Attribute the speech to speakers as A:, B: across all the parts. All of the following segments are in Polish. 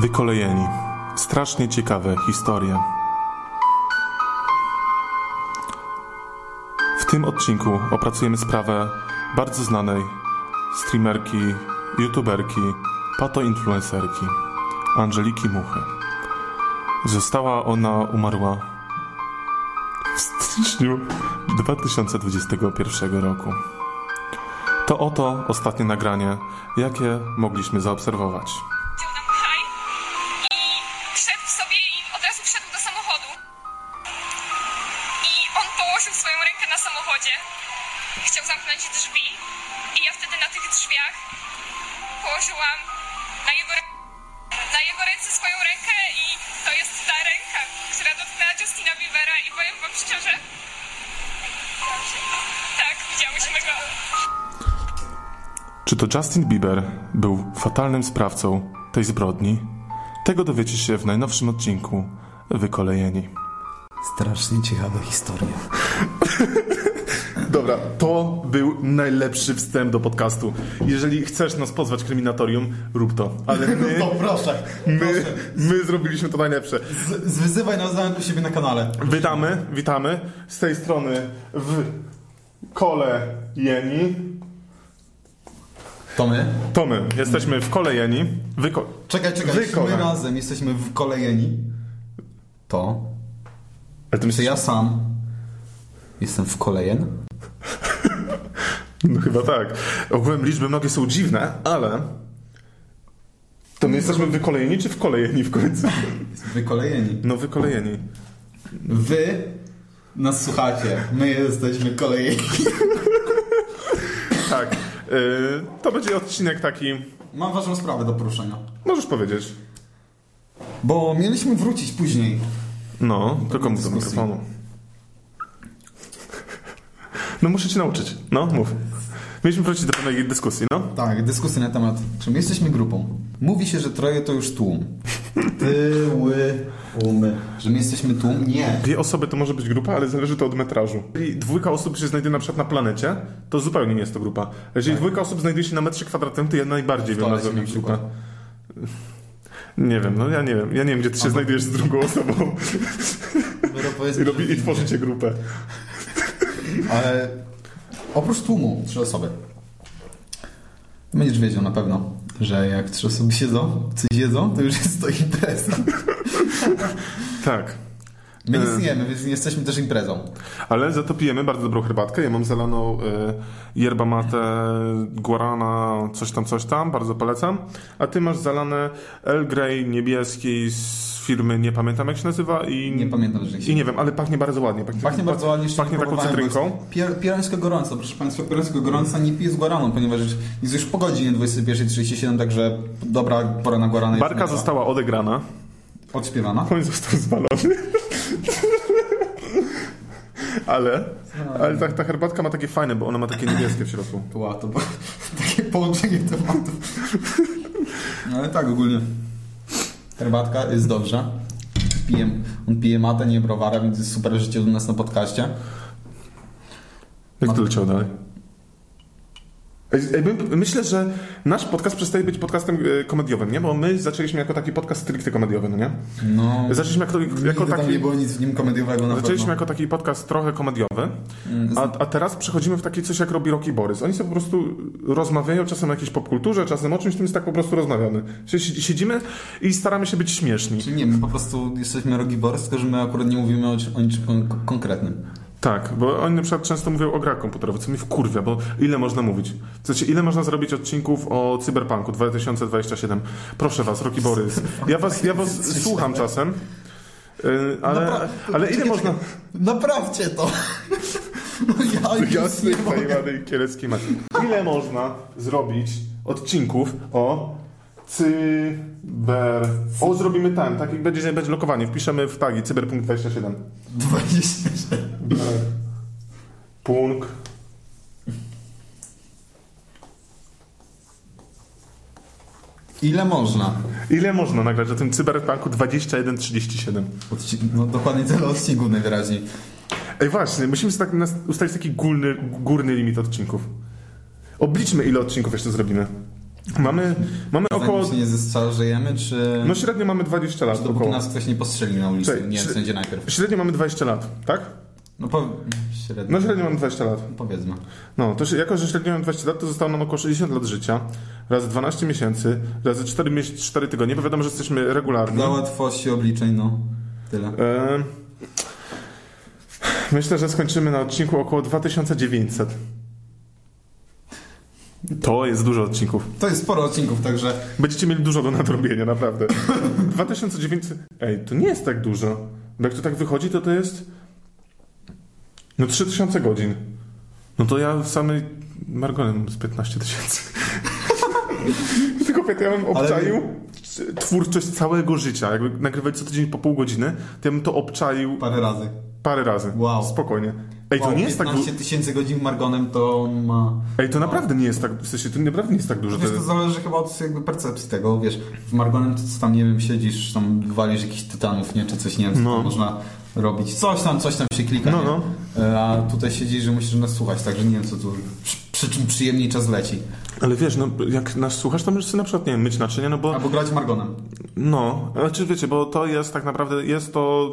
A: Wykolejeni. Strasznie ciekawe historie. W tym odcinku opracujemy sprawę bardzo znanej streamerki, youtuberki, patoinfluencerki Angeliki Muchy. Została ona umarła w styczniu 2021 roku. To oto ostatnie nagranie, jakie mogliśmy zaobserwować.
B: Powiedział nam haj i szedł sobie i od razu wszedł do samochodu. I on położył swoją rękę na samochodzie. Chciał zamknąć drzwi i ja wtedy na tych drzwiach położyłam na jego, rę- na jego ręce swoją rękę i to jest ta ręka, która dotknęła Justina Biebera i powiem wam szczerze, tak, widziałyśmy go.
A: Czy to Justin Bieber był fatalnym sprawcą tej zbrodni? Tego dowiecie się w najnowszym odcinku Wykolejeni.
C: Strasznie ciekawe historie.
A: Dobra, to był najlepszy wstęp do podcastu. Jeżeli chcesz nas pozwać kryminatorium, rób to. Ale my,
C: No proszę,
A: my, my zrobiliśmy to najlepsze.
C: z- zwyzywaj nas nawet u siebie na kanale.
A: Witamy, witamy. Z tej strony w kole Jeni.
C: To my?
A: Tomy, jesteśmy w kole Jeni. Wyko-
C: Czekaj, czekaj,
A: Wykonaj.
C: my razem jesteśmy w kolejeni. To?
A: Ale ty
C: Czy
A: myślisz,
C: ja sam jestem w kolejen?
A: No chyba tak. Ogółem liczby mnogie są dziwne, ale... To my jesteśmy wykolejeni czy wkolejeni w końcu?
C: Wykolejeni.
A: No wykolejeni.
C: Wy nas słuchacie, my jesteśmy kolejeni.
A: Tak. Yy, to będzie odcinek taki...
C: Mam ważną sprawę do poruszenia.
A: Możesz powiedzieć.
C: Bo mieliśmy wrócić później.
A: No, tylko mów do
C: dyskusji.
A: mikrofonu. No muszę cię nauczyć. No, mów. Mieliśmy wrócić do pewnej dyskusji, no.
C: Tak, dyskusję na temat, czy my jesteśmy grupą. Mówi się, że troje to już tłum. Tyły, umy. Że my jesteśmy tłum? Nie.
A: Dwie osoby to może być grupa, ale zależy to od metrażu. Jeżeli dwójka osób się znajduje na przykład na planecie, to zupełnie nie jest to grupa. Jeżeli dwójka osób znajduje się na metrze kwadratowym, to ja najbardziej wiem
C: Tak. toalecie
A: nazwę
C: na
A: grupa.
C: przykład.
A: Nie wiem, no ja nie wiem. Ja nie wiem, gdzie ty się znajdujesz z drugą osobą
C: Dobra,
A: i,
C: powiedzmy,
A: robi,
C: że-
A: i tworzycie grupę.
C: Ale oprócz tłumu, trzy osoby. Będziesz wiedział na pewno, że jak trzy osoby siedzą, coś jedzą, to już jest to impreza.
A: Tak.
C: My
A: E.
C: istniejemy, więc nie jesteśmy też imprezą.
A: Ale za to pijemy bardzo dobrą herbatkę. Ja mam zelaną y, yerba mate, guarana, coś tam, coś tam. Bardzo polecam. A ty masz zalane El Grey niebieski z firmy, nie pamiętam jak się nazywa i...
C: Nie pamiętam, że
A: I nie wiem, ale pachnie bardzo ładnie.
C: Pachnie bardzo ładnie, jeszcze
A: Pachnie
C: nie
A: taką
C: próbowałem, bo
A: cytrynką.
C: jest Pier, pierańska gorąca, proszę Państwa, pierańska gorąca nie piję z guaraną, ponieważ jest już po godzinie 21.37, także dobra pora na guaranę.
A: Barka została odegrana.
C: Odśpiewana.
A: Koń został zwalony. ale, ale ta, ta herbatka ma takie fajne, bo ona ma takie niebieskie w środku.
C: Była to bo, takie połączenie tematów. No ale tak ogólnie. Herbatka jest dobrze. Piję, on pije matę, nie browara, więc jest super życie u nas na podcaście.
A: Jak to leciało dalej? Ej, ej, bym- Myślę, że nasz podcast przestaje być podcastem e, komediowym, nie? Bo my zaczęliśmy jako taki podcast stricte komediowy, no nie?
C: No,
A: Zaczęliśmy jako, jako
C: nigdy tam
A: taki...
C: nie było nic w nim komediowego na
A: Zaczęliśmy
C: pewno.
A: jako taki podcast trochę komediowy,
C: Mm, z-
A: a, a teraz przechodzimy w taki coś jak robi Rocky Borys. Oni sobie po prostu rozmawiają czasem o jakiejś popkulturze, czasem o czymś, tym jest tak po prostu rozmawiamy. Sie- Siedzimy i staramy się być śmieszni.
C: Czyli nie, my po prostu jesteśmy Rogi Borys, tylko że my akurat nie mówimy o, o niczym kon- konkretnym.
A: Tak, bo oni na przykład często mówią o grach komputerowych, co mnie wkurwia, bo ile można mówić? W sensie, ile można zrobić odcinków o Cyberpunku 2027? Proszę was, Rocky Borys, ja was, ja was słucham czasem, yy, ale,
C: Napra-
A: ale ile
C: No, Czekaj,
A: można...
C: Naprawcie to! No ja już
A: Jasny,
C: nie mogę.
A: zajebanej kieleckiej macie. Ile można zrobić odcinków o cyber... O, zrobimy ten, tak jak będzie, będzie lokowanie, wpiszemy w tagi cyberpunk 27.
C: 26.
A: Punk.
C: Ile można?
A: Ile można nagrać o tym cyberpunku 2137?
C: Odci- no dokładnie tyle odcinków najwyraźniej.
A: Ej właśnie, musimy sobie tak nas- ustalić taki górny, górny limit odcinków. Obliczmy ile odcinków jeszcze zrobimy. Mamy, mamy około...
C: Zanim się nie zestrzał, żyjemy, czy...
A: No średnio mamy 20 lat
C: czy dopóki
A: około.
C: nas ktoś nie postrzeli na ulicy,
A: Czekaj,
C: nie
A: czy-
C: wszędzie najpierw.
A: Średnio mamy 20 lat, tak?
C: No po... średnio.
A: No średnio mamy 20 lat.
C: Powiedzmy.
A: No, to się, jako, że średnio mam 20 lat, to zostało nam około 60 lat życia, razy 12 miesięcy, razy 4, mies- 4 tygodnie, bo wiadomo, że jesteśmy regularni.
C: Dla łatwości obliczeń, no. Tyle.
A: E, myślę, że skończymy na odcinku około 2900. To jest dużo odcinków.
C: To jest sporo odcinków, także
A: Będziecie mieli dużo do nadrobienia, naprawdę. 2900... Ej, to nie jest tak dużo. Bo jak to tak wychodzi, to to jest... No 3000 godzin. No to ja w samej Margonem mam z 15 tysięcy. Tylko ja bym
C: Ale-
A: obczaił twórczość całego życia. Jakby nagrywać co tydzień po pół godziny, to ja bym to obczaił
C: parę razy.
A: parę razy.
C: Wow.
A: Spokojnie. Ej, to
C: Wow,
A: nie jest tak...
C: 15
A: du-
C: tysięcy godzin Margonem to ma...
A: Ej, to naprawdę nie jest tak... W sensie, to naprawdę nie jest tak dużo.
C: Wiesz, to zależy chyba od jakby percepcji tego, wiesz, w Margonem to co tam, nie wiem, siedzisz, tam walisz jakichś tytanów, nie, czy coś, nie wiem, co
A: No.
C: tam można robić, coś tam, coś tam się klika,
A: No,
C: nie?
A: no.
C: E, a tutaj siedzisz, że musisz nas słuchać, także nie wiem, co tu, przy, przy czym przyjemniej czas leci,
A: Ale wiesz, no, jak nas słuchasz, to możesz sobie na przykład, nie wiem, myć naczynia, no bo...
C: albo grać Margonem.
A: No, znaczy wiecie, bo to jest tak naprawdę, jest to,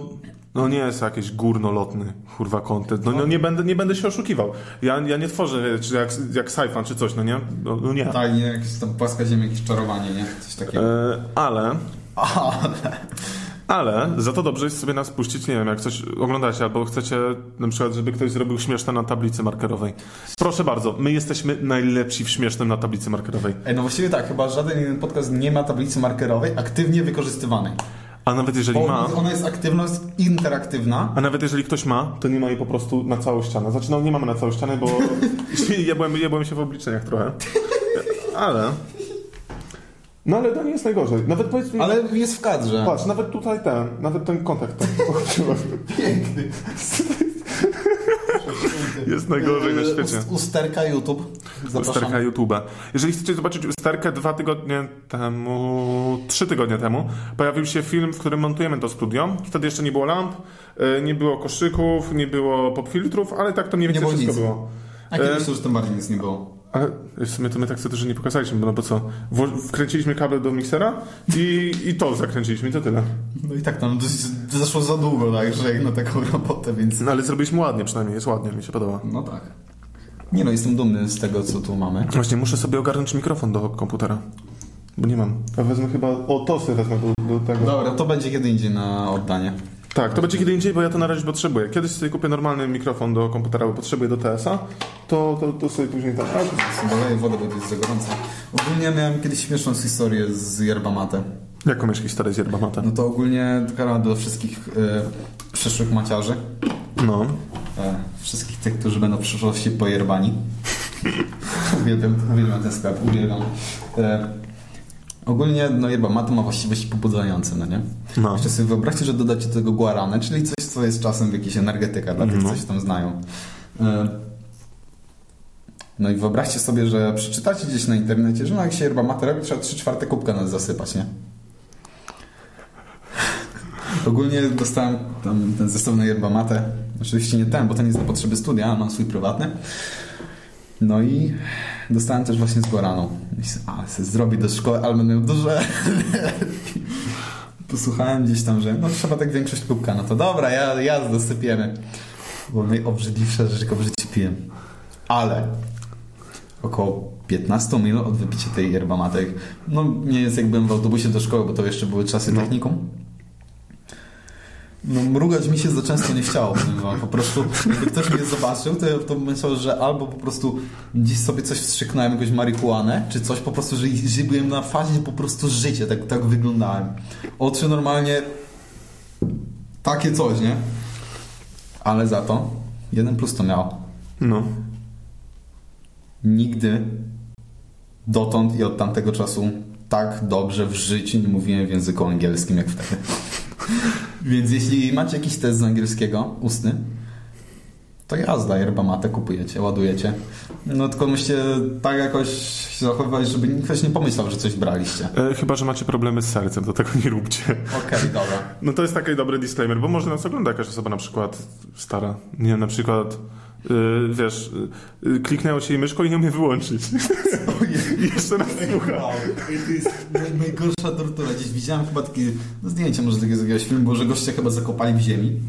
A: no nie jest jakiś górnolotny, kurwa, content. No, no nie, będę, nie będę się oszukiwał. Ja, ja nie tworzę, czy jak, jak sci-fi, czy coś, no nie? No, no nie.
C: Tak, nie, jakieś tam płaska ziemia, jakieś czarowanie, nie, coś takiego.
A: E, ale... Ale za to dobrze jest sobie nas puścić, nie wiem, jak coś oglądacie albo chcecie na przykład, żeby ktoś zrobił śmieszne na tablicy markerowej. Proszę bardzo, my jesteśmy najlepsi w śmiesznym na tablicy markerowej.
C: Ej, no właściwie tak, chyba żaden inny podcast nie ma tablicy markerowej aktywnie wykorzystywanej.
A: A nawet jeżeli
C: Bo
A: ma...
C: ona jest aktywna, jest interaktywna.
A: A nawet jeżeli ktoś ma, to nie ma jej po prostu na całą ścianę. Znaczy, no nie mamy na całą ścianę, bo jebłem, jebłem się w obliczeniach trochę. Ale... No ale to nie jest najgorzej. Nawet powiedzmy...
C: Ale jest w kadrze.
A: Patrz, nawet tutaj ten, nawet ten kontakt tam.
C: Piękny.
A: Jest najgorzej na świecie.
C: Ust- Usterka YouTube.
A: Usterka
C: Zapraszam.
A: YouTube'a. Jeżeli chcecie zobaczyć usterkę dwa tygodnie temu, trzy tygodnie temu, pojawił się film, w którym montujemy to studio. Wtedy jeszcze nie było lamp, y, nie było koszyków, nie było popfiltrów, ale tak to mniej więcej
C: było
A: wszystko
C: nic.
A: było.
C: A kiedyś to już tym bardziej nic nie było.
A: Ale w sumie to my tak sobie też nie pokazaliśmy, bo no bo co? Wło- wkręciliśmy kabel do miksera i, i to zakręciliśmy i to tyle.
C: No i tak tam dość, zeszło za długo, także jak na taką robotę, więc...
A: No ale zrobiliśmy ładnie przynajmniej, jest ładnie, mi się podoba.
C: No tak. Nie no, jestem dumny z tego, co tu mamy.
A: Właśnie, muszę sobie ogarnąć mikrofon do komputera, bo nie mam. A wezmę chyba, o to sobie wezmę do, do tego.
C: Dobra, to będzie kiedy indziej na oddanie.
A: Tak, to będzie kiedy indziej, bo ja to na razie potrzebuję. Kiedyś sobie kupię normalny mikrofon do komputera, bo potrzebuję do TS-a, to, to, to sobie później tak...
C: Boleję wodę, bo to jest za gorąco. Ogólnie miałem kiedyś śmieszną historię z yerba mate.
A: Jaką mieszki stary z yerba mate?
C: No to ogólnie kara do wszystkich e, przyszłych maciarzy.
A: No.
C: E, wszystkich tych, którzy będą w przyszłości pojerbani. uwielbiam, uwielbiam ten sklep, uwielbiam. E, ogólnie, no jeba, mata ma właściwości pobudzające, no nie?
A: No.
C: Jeszcze sobie wyobraźcie, że dodacie do tego guaranę, czyli coś, co jest czasem jakiś energetyka dla tych,
A: No.
C: co się tam znają. E, no i wyobraźcie sobie, że przeczytacie gdzieś na internecie, że no jak się yerba mate robi, trzeba 3 czwarte kubka nas zasypać, nie? Ogólnie dostałem tam ten zestaw na yerba mate. Oczywiście nie ten, bo ten jest na potrzeby studia, a mam swój prywatny. No i dostałem też właśnie z Guaraną. Myślę, a se zrobię do szkoły, ale będę miał duże. Posłuchałem gdzieś tam, że no trzeba tak większość kubka. No to dobra, ja, ja dosypiemy. Bo najobrzydliwsza rzecz, jaką w życiu piłem. Ale około 15 minut od wypicia tej yerba mate. No nie jest jak byłem w autobusie do szkoły, bo to jeszcze były czasy technikum. No mrugać mi się za często nie chciało, powiem wam. po prostu jakby ktoś mnie zobaczył, to, to bym myślał, że albo po prostu gdzieś sobie coś wstrzyknąłem, jakąś marihuanę, czy coś, po prostu, że, że byłem na fazie po prostu życia, tak, tak wyglądałem. Oczy normalnie takie coś, nie? Ale za to jeden plus to miało
A: No.
C: nigdy dotąd i od tamtego czasu tak dobrze w życiu nie mówiłem w języku angielskim jak wtedy. Więc jeśli macie jakiś test z angielskiego, ustny, to jazda, yerba mate kupujecie, ładujecie. No tylko musicie tak jakoś się zachowywać, żeby nikt ktoś nie pomyślał, że coś braliście.
A: E, chyba, że macie problemy z sercem, to tego nie róbcie.
C: Okej, dobra.
A: No to jest taki dobry disclaimer, bo może nas ogląda jakaś osoba na przykład stara. Nie, na y, przykład, yy, wiesz, yy, kliknęło się jej myszką i nie umie wyłączyć. I jeszcze nas słucha.
C: Wow, to jest naj- najgorsza tortura. Gdzieś widziałem chyba takie no zdjęcie może takiego z jakiegoś filmu, było, że goście chyba zakopali w ziemi,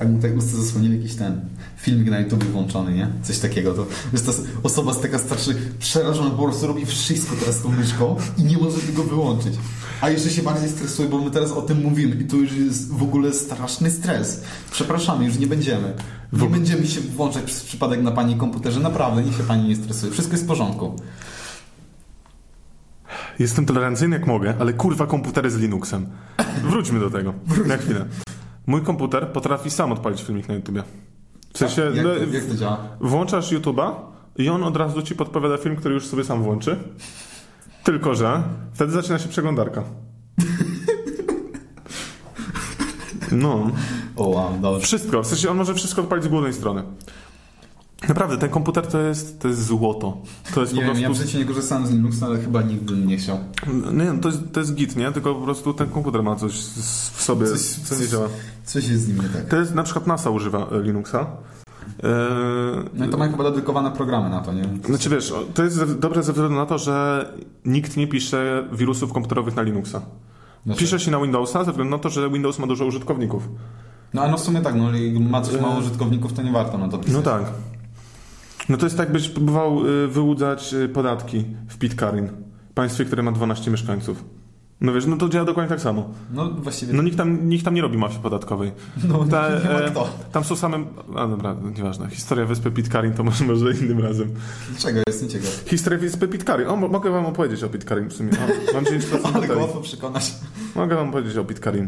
C: a mu tak usta zasłonili jakiś ten filmik na YouTube włączony, nie? Coś takiego. To jest ta osoba z taka starszy, przerażona, po prostu robi wszystko teraz z tą myszką i nie może tego wyłączyć. A jeszcze się bardziej stresuje, bo my teraz o tym mówimy i to już jest w ogóle straszny stres. Przepraszamy, już nie będziemy. Nie będziemy się włączać przez przypadek na pani komputerze. Naprawdę, niech się pani nie stresuje. Wszystko jest w porządku.
A: Jestem tolerancyjny jak mogę, ale kurwa komputery z Linuxem. Wróćmy do tego. Na chwilę. Mój komputer potrafi sam odpalić filmik na YouTubie. W sensie,
C: Tak? Jak
A: no,
C: to, jak to działa?
A: włączasz YouTube'a i on od razu ci podpowiada film, który już sobie sam włączy. Tylko, że wtedy zaczyna się przeglądarka. No.
C: O, wow, dobrze.
A: Wszystko. W sensie on może wszystko odpalić z głównej strony. Naprawdę, ten komputer to jest, to jest złoto. To jest
C: Nie
A: po
C: wiem,
A: prostu...
C: ja w życiu nie korzystałem z Linuxa, ale chyba nigdy bym nie chciał.
A: No nie, no to jest, to jest git, nie? Tylko po prostu ten komputer ma coś z- w sobie,
C: Coś-
A: co nie działa.
C: Coś jest z nim nie tak.
A: To jest, na przykład NASA używa e, Linuxa.
C: No i to mają chyba dedykowane programy na to, nie?
A: Yy, znaczy wiesz, o, to jest ze- dobre ze względu na to, że nikt nie pisze wirusów komputerowych na Linuxa.
C: No,
A: Pisze się na Windowsa ze względu na to, że Windows ma dużo użytkowników.
C: No ale no w sumie tak, no jak ma coś mało użytkowników, to nie warto na to pisać.
A: E- No tak. No to jest tak, byś próbował y, wyłudzać y, podatki w Pitcairn, państwie, które ma 12 mieszkańców. No wiesz, no to działa dokładnie tak samo.
C: No właściwie...
A: No nikt tam, nikt tam nie robi mafii podatkowej.
C: No,
A: Ta, e-
C: nie ma kto.
A: Tam są same... A dobra, nieważne. Historia wyspy Pitcairn to może, może innym razem.
C: Dlaczego? Jest nieciekaw.
A: Historia wyspy Pitcairn. O, mo- mogę wam opowiedzieć o Pitcairn w sumie. O, mam 9%
C: Ale
A: baterii.
C: łatwo przekonać.
A: Mogę wam powiedzieć o Pitcairn.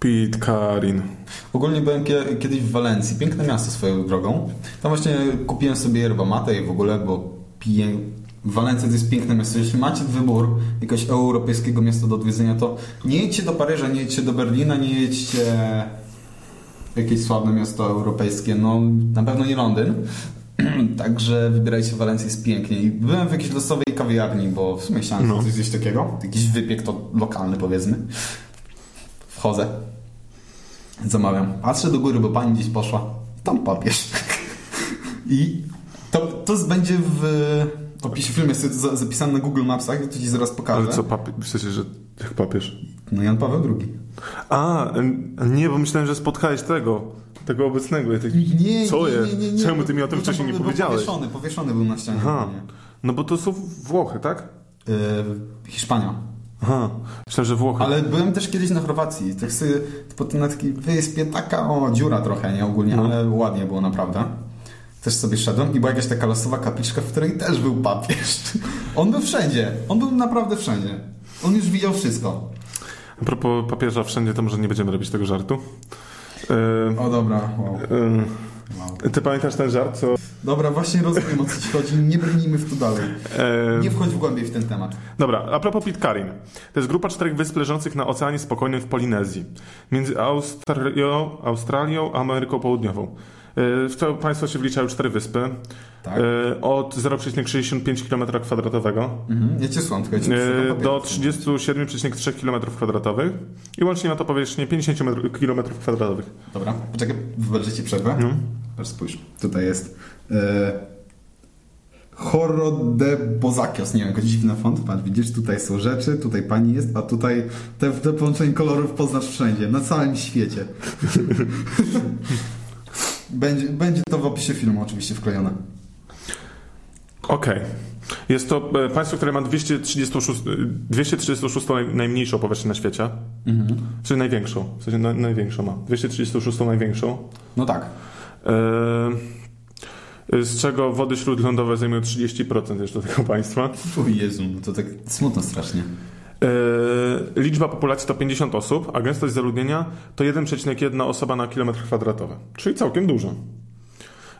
A: Pitcairn.
C: Ogólnie byłem kie- kiedyś w Walencji, piękne miasto swoją drogą. Tam właśnie kupiłem sobie yerba mate i w ogóle, bo piję... Walencja to jest piękne miasto. Jeśli macie wybór jakiegoś europejskiego miasta do odwiedzenia, to nie jedźcie do Paryża, nie jedźcie do Berlina, nie jedźcie w jakieś sławne miasto europejskie. No, na pewno nie Londyn. Także wybierajcie Walencję, jest pięknie. I byłem w jakiejś losowej kawiarni, bo w sumie chciałem
A: No.
C: coś zjeść takiego. Jakiś wypiek to lokalny powiedzmy. Wchodzę. Zamawiam. Patrzę do góry, bo pani gdzieś poszła. Tam papież. I to, to będzie w opisie filmu. Jest to za- zapisane na Google Mapsach, to ci zaraz pokażę.
A: Ale co, papież? W sensie, że jak papież?
C: No Jan Paweł II.
A: A, n- nie, bo myślałem, że spotkałeś tego, tego obecnego. Ja tak,
C: Nie,
A: co
C: nie,
A: jest?
C: nie, nie, nie.
A: Czemu ty mi o tym
C: No to
A: wcześniej nie
C: był
A: powiedziałeś?
C: Powieszony, powieszony był na ścianie.
A: Aha,
C: Nie.
A: no bo to są Włochy, tak?
C: Y, Hiszpania.
A: Aha, myślałem, że Włochy.
C: Ale byłem też kiedyś na Chorwacji. Tak sobie po tym na takiej wyspie taka o, dziura trochę, nie ogólnie,
A: No.
C: ale ładnie było naprawdę. Też sobie szedłem i była jakaś taka losowa kapliczka, w której też był papież. On był wszędzie. On był naprawdę wszędzie. On już widział wszystko.
A: A propos papieża wszędzie, to może nie będziemy robić tego żartu.
C: O dobra, wow.
A: E, e, ty pamiętasz ten żart, co...
C: Dobra, właśnie rozumiem o co ci chodzi. Nie brnijmy w to dalej.
A: e,
C: Nie wchodź w głębiej w ten temat.
A: Dobra, a propos Pitcairn. To jest grupa czterech wysp leżących na Oceanie Spokojnym w Polinezji. Między Australią, Australią a Ameryką Południową. E, W to państwo się wliczają cztery wyspy.
C: Tak.
A: E, Od 0,65 km2
C: Mhm. Ja cię słucham, tylko ja cię
A: e,
C: przeczytam
A: do
C: papiery.
A: 37,3 km2 i łącznie ma to powierzchnię 50 km2.
C: Dobra, poczekaj, wyobraźcie ci przerwę. No. Aż spójrz, tutaj jest e, Horro de Bozakios, nie wiem, jakiś dziwny font, patrz, widzisz, tutaj są rzeczy, tutaj pani jest, a tutaj te, te połączenie kolorów poznasz wszędzie, na całym świecie. będzie, będzie to w opisie filmu oczywiście wklejone.
A: Okej. Jest to e, państwo, które ma 236, e, 236 naj- najmniejszą powierzchnię na świecie. Czyli największą. W sensie na, największą ma. 236 największą.
C: No tak.
A: E, z czego wody śródlądowe zajmują 30% jeszcze tego państwa.
C: O Jezu, no to tak smutno strasznie.
A: E, liczba populacji to 50 osób, a gęstość zaludnienia to 1,1 osoba na kilometr kwadratowy. Czyli całkiem dużo.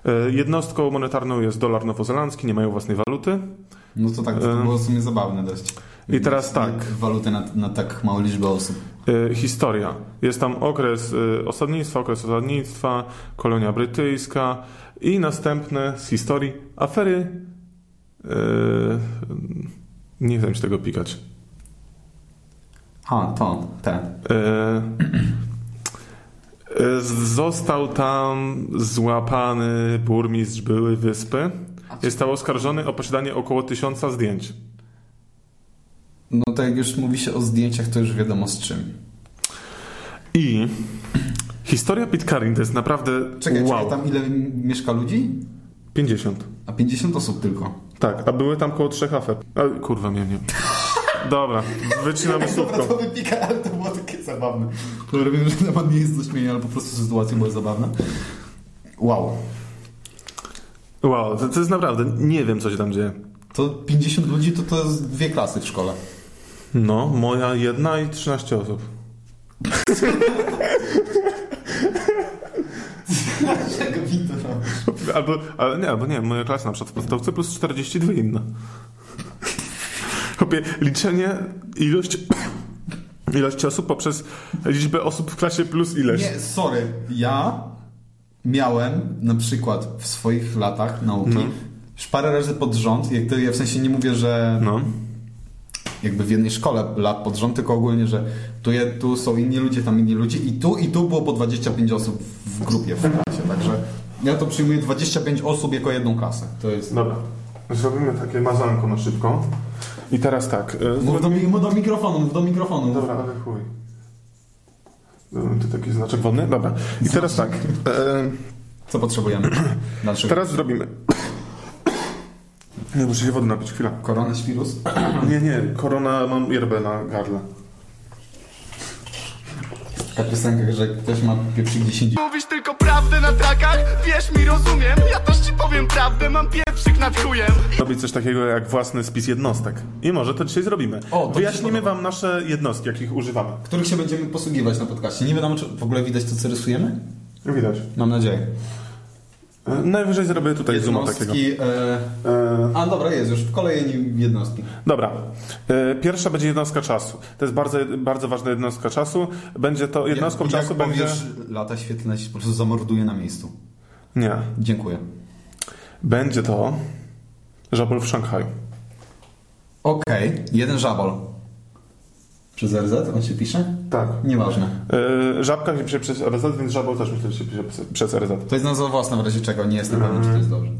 A: E, jednostką monetarną jest dolar nowozelandzki, nie mają własnej waluty.
C: No to tak, to
A: E.
C: było w sumie zabawne dość.
A: I teraz tak.
C: Walutę na, na tak małą liczbę osób.
A: E, Historia. Jest tam okres e, osadnictwa, okres osadnictwa, kolonia brytyjska i następne z historii afery. e, Nie wiem, czy tego pikać.
C: A, to, te.
A: E, y, e, Został tam złapany burmistrz były wyspy, Został oskarżony o posiadanie około tysiąca zdjęć.
C: No to jak już mówi się o zdjęciach, to już wiadomo z czym.
A: I historia Pitcairn to jest naprawdę
C: Czekaj,
A: wow.
C: czekaj, tam ile mieszka ludzi?
A: 50.
C: A 50 osób tylko. Tak.
A: Tak, a były tam koło trzech afer. A, kurwa, mnie nie. Dobra, wycinamy
C: Dobra,
A: słupką.
C: to wypika, Tak, ale to było takie zabawne. Dobra, wiem, że temat nie jest do śmienia, ale po prostu sytuacja była zabawna. Wow.
A: Wow, to, to jest naprawdę, nie wiem co się tam dzieje.
C: To 50 ludzi to to jest dwie klasy w szkole.
A: No, moja jedna i 13 osób.
C: Czego Wiktora?
A: Albo, ale nie, albo nie, moja klasa na przykład w podstawce plus 42 inne. Chłopie, liczenie ilość, ilości osób poprzez liczbę osób w klasie plus ileś.
C: Nie, sorry. Ja miałem na przykład w swoich latach nauki
A: Mhm.
C: już parę razy pod rząd, jak to, ja w sensie nie mówię, że
A: No.
C: jakby w jednej szkole lat pod rząd, tylko ogólnie, że tu, je, tu są inni ludzie, tam inni ludzie i tu i tu było po 25 osób w grupie w klasie, także ja to przyjmuję 25 osób jako jedną klasę. To jest...
A: Dobra. Zrobimy takie mazanko na szybko. I teraz tak. y,
C: Mów do, mi- mów do mikrofonu, mów do mikrofonu.
A: Dobra, ale chuj. Zrobimy tu taki znaczek wodny? Dobra. I teraz tak. E,
C: Co potrzebujemy? Dalszego. Teraz...
A: teraz zrobimy. Nie, muszę się wody napić, chwila.
C: Koronawirus?
A: Nie, nie, korona, mam jerbę na gardle.
C: Taka piosenka, że ktoś ma pieprzyk 10
D: Mówisz tylko prawdę na trakach? Wiesz mi, rozumiem Ja też ci powiem prawdę, mam pieprzyk nad chujem
A: Robić coś takiego jak własny spis jednostek. I może to dzisiaj zrobimy.
C: O, to mi się
A: Wyjaśnimy
C: podoba.
A: wam nasze jednostki, jakich używamy.
C: których się będziemy posługiwać na podcaście. Nie wiadomo, czy w ogóle widać to, co rysujemy?
A: Widać.
C: Mam nadzieję.
A: E, Najwyżej zrobię tutaj zooma takiego.
C: Jednostki... E...
A: E,
C: A dobra, jest już. W kolejni jednostki.
A: dobra. E, pierwsza będzie jednostka czasu. To jest bardzo, bardzo ważna jednostka czasu. Będzie to jednostką
C: Jak-
A: czasu
C: jak
A: będzie...
C: powiesz, lata świetlne się po prostu zamorduje na miejscu.
A: Nie.
C: Dziękuję.
A: Będzie to żabol w Szanghaju.
C: Okej, jeden żabol. Przez RZ on się pisze?
A: Tak.
C: Nieważne.
A: E, żabka się pisze przez RZ, więc żabol też myślę, że się pisze przez- przez RZ.
C: To jest nazwa własna w razie czego, nie jestem pewien, czy to jest dobrze.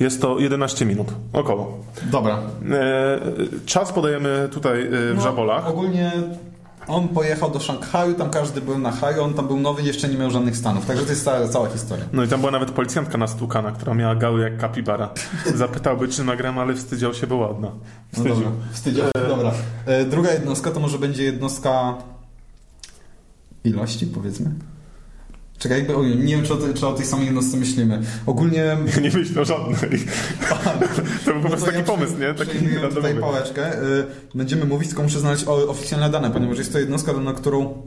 A: Jest to 11 minut. Około.
C: Dobra.
A: E, czas podajemy tutaj e,
C: No.
A: w żabolach.
C: Ogólnie on pojechał do Szanghaju, tam każdy był na haju, on tam był nowy, jeszcze nie miał żadnych stanów. Także to jest cała, cała historia.
A: No i tam była nawet policjantka nastukana, która miała gały jak kapibara. Zapytałby, czy nagram, ale wstydział się, bo ładna.
C: No
A: Wstydził.
C: dobra, wstydził. Dobra. E, druga jednostka to może będzie jednostka ilości, powiedzmy. Czekaj, jakby, oj, nie wiem, czy o, te- czy o tej samej jednostce myślimy. Ogólnie...
A: Nie myślę o żadnej. To był po prostu taki pomysł, nie? Taki
C: Taki tutaj
A: randomowy.
C: pałeczkę. Y, Będziemy mówić, tylko muszę znaleźć o- oficjalne dane, ponieważ jest to jednostka, na którą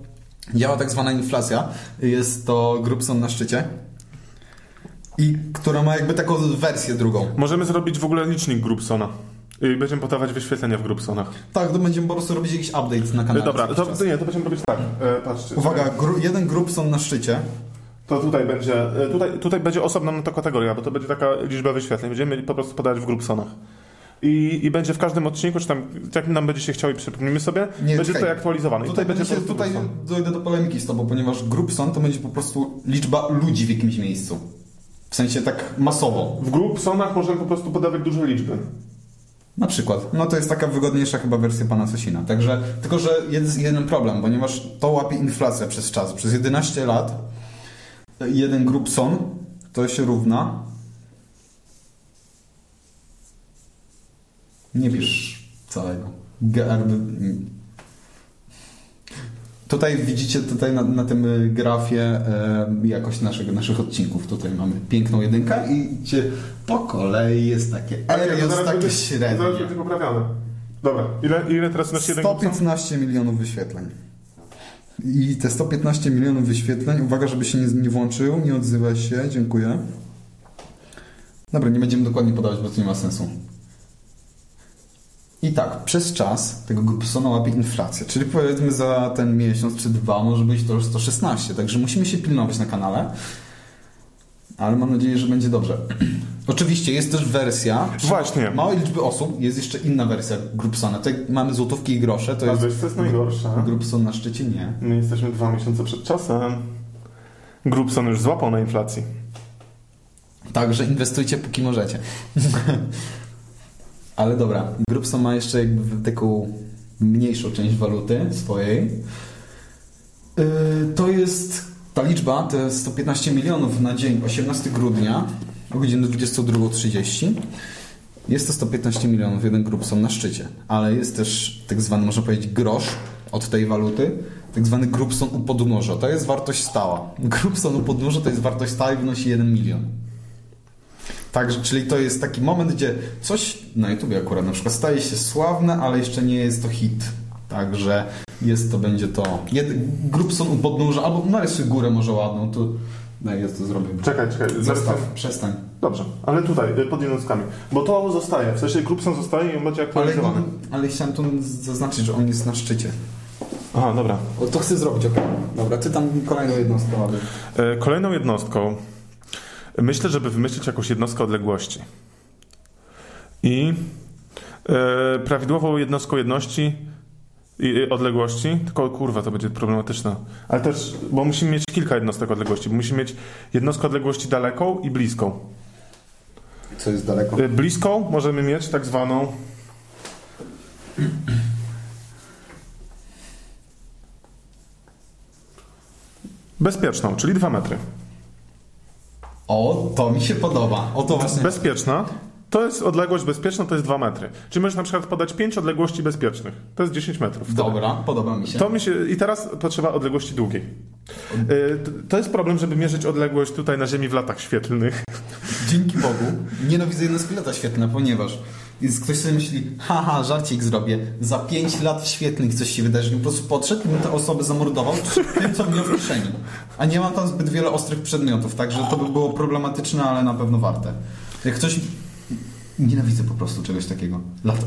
C: działa tak zwana inflacja. Jest to Grubson na szczycie. I która ma jakby taką wersję drugą.
A: Możemy zrobić w ogóle licznik Grubsona. I będziemy podawać wyświetlenia w Grubsonach.
C: Tak, to będziemy po prostu robić jakiś update na
A: E,
C: kanale.
A: Dobra, to, to nie, to będziemy robić tak. E, patrzcie.
C: Uwaga, gru, jeden Grubson na szczycie.
A: To tutaj będzie, e, tutaj, tutaj będzie osobna na to kategoria, bo to będzie taka liczba wyświetleń. Będziemy po prostu podawać w Grubsonach. I, I będzie w każdym odcinku, czy tam, jak nam będzie się chciało i przypomnimy sobie, będzie
C: czekaj.
A: to aktualizowane. I
C: Tutaj,
A: to
C: będzie się,
A: po prostu
C: tutaj
A: Grubson.
C: dojdę do polemiki z tobą, ponieważ Grubson to będzie po prostu liczba ludzi w jakimś miejscu. W sensie tak masowo.
A: W Grubsonach możemy po prostu podawać duże liczby.
C: Na przykład. No to jest taka wygodniejsza chyba wersja pana Sosina. Także, tylko że jest jeden problem, ponieważ to łapie inflacja przez czas. Przez 11 lat jeden Grubson to się równa... Nie pisz całego. G- jakby... Tutaj widzicie tutaj na, na tym y, grafie e, jakość naszego, naszych odcinków. Tutaj mamy piękną jedynkę i idzie po kolei jest takie R, jest takie
A: no Zaraz
C: średnie.
A: będzie poprawiane. Dobra, ile, ile teraz nasz jeden głos?
C: 115 milionów wyświetleń. I te 115 milionów wyświetleń, uwaga, żeby się nie, nie włączył, nie odzywa się, dziękuję. Dobra, nie będziemy dokładnie podawać, bo to nie ma sensu. I tak, przez czas tego Grubsona łapie inflacja, czyli powiedzmy za ten miesiąc czy dwa może być to już 116, także musimy się pilnować na kanale, ale mam nadzieję, że będzie dobrze. Oczywiście jest też wersja.
A: Właśnie.
C: Małej liczby osób jest jeszcze inna wersja Grubsona. Tutaj mamy złotówki i grosze, to
A: A
C: jest
A: wiesz, co jest najgorsze?
C: Grubson na szczycie, nie.
A: My jesteśmy dwa miesiące przed czasem. Grubson już złapał na inflacji.
C: Także inwestujcie póki możecie. Ale dobra, Grupsa ma jeszcze jakby taką mniejszą część waluty swojej. Yy, To jest ta liczba, to jest 115 milionów na dzień 18 grudnia o godzinie 22.30. Jest to 115 milionów, jeden grup są na szczycie, ale jest też tak zwany, można powiedzieć, grosz od tej waluty, tak zwany grupson u podnóża. To jest wartość stała. Grupson u podnóża to jest wartość stała i wynosi 1 milion. Także, czyli to jest taki moment, gdzie coś na YouTubie akurat na przykład staje się sławne, ale jeszcze nie jest to hit. Także jest to, będzie to. Jed, Grupson u podnóża, albo narysuj górę może ładną, tu. No ja to zrobię.
A: Czekaj, czekaj.
C: Zostaw,
A: zaraz- tak.
C: przestań.
A: Dobrze, ale tutaj, y, pod jednostkami. Bo to zostaje, w sensie Grubson zostaje i on będzie
C: Ale,
A: aktualizowany.
C: ale chciałem tu zaznaczyć, że on jest na szczycie.
A: Aha, dobra.
C: O, to chcę zrobić, okej. Dobra, ty tam kolejną jednostkę ładuj.
A: E, Kolejną jednostką myślę, żeby wymyślić jakąś jednostkę odległości. I e, prawidłową jednostką jedności i i odległości, tylko kurwa, to będzie problematyczne. Ale też, bo musimy mieć kilka jednostek odległości, bo musimy mieć jednostkę odległości daleką i bliską.
C: Co jest daleko?
A: E, Bliską możemy mieć tak zwaną. Bezpieczną, czyli 2 metry.
C: O, to mi się podoba. O to właśnie.
A: Bezpieczna to jest odległość bezpieczna, to jest 2 metry. Czyli możesz na przykład podać 5 odległości bezpiecznych. To jest 10 metrów.
C: Dobra, podoba mi się.
A: To mi się, I teraz potrzeba odległości długiej. E, t- To jest problem, żeby mierzyć odległość tutaj na Ziemi w latach świetlnych.
C: Dzięki Bogu. Nienawidzę jednostki lata świetlne, ponieważ jest ktoś sobie myśli, haha, żarcik zrobię. Za 5 lat świetlnych coś się wydarzy. Po prostu podszedł i bym tę osobę zamordował tym, co miał w kieszeni. A nie mam tam zbyt wiele ostrych przedmiotów, także to by było problematyczne, ale na pewno warte. Jak ktoś... Nienawidzę po prostu czegoś takiego. Lata.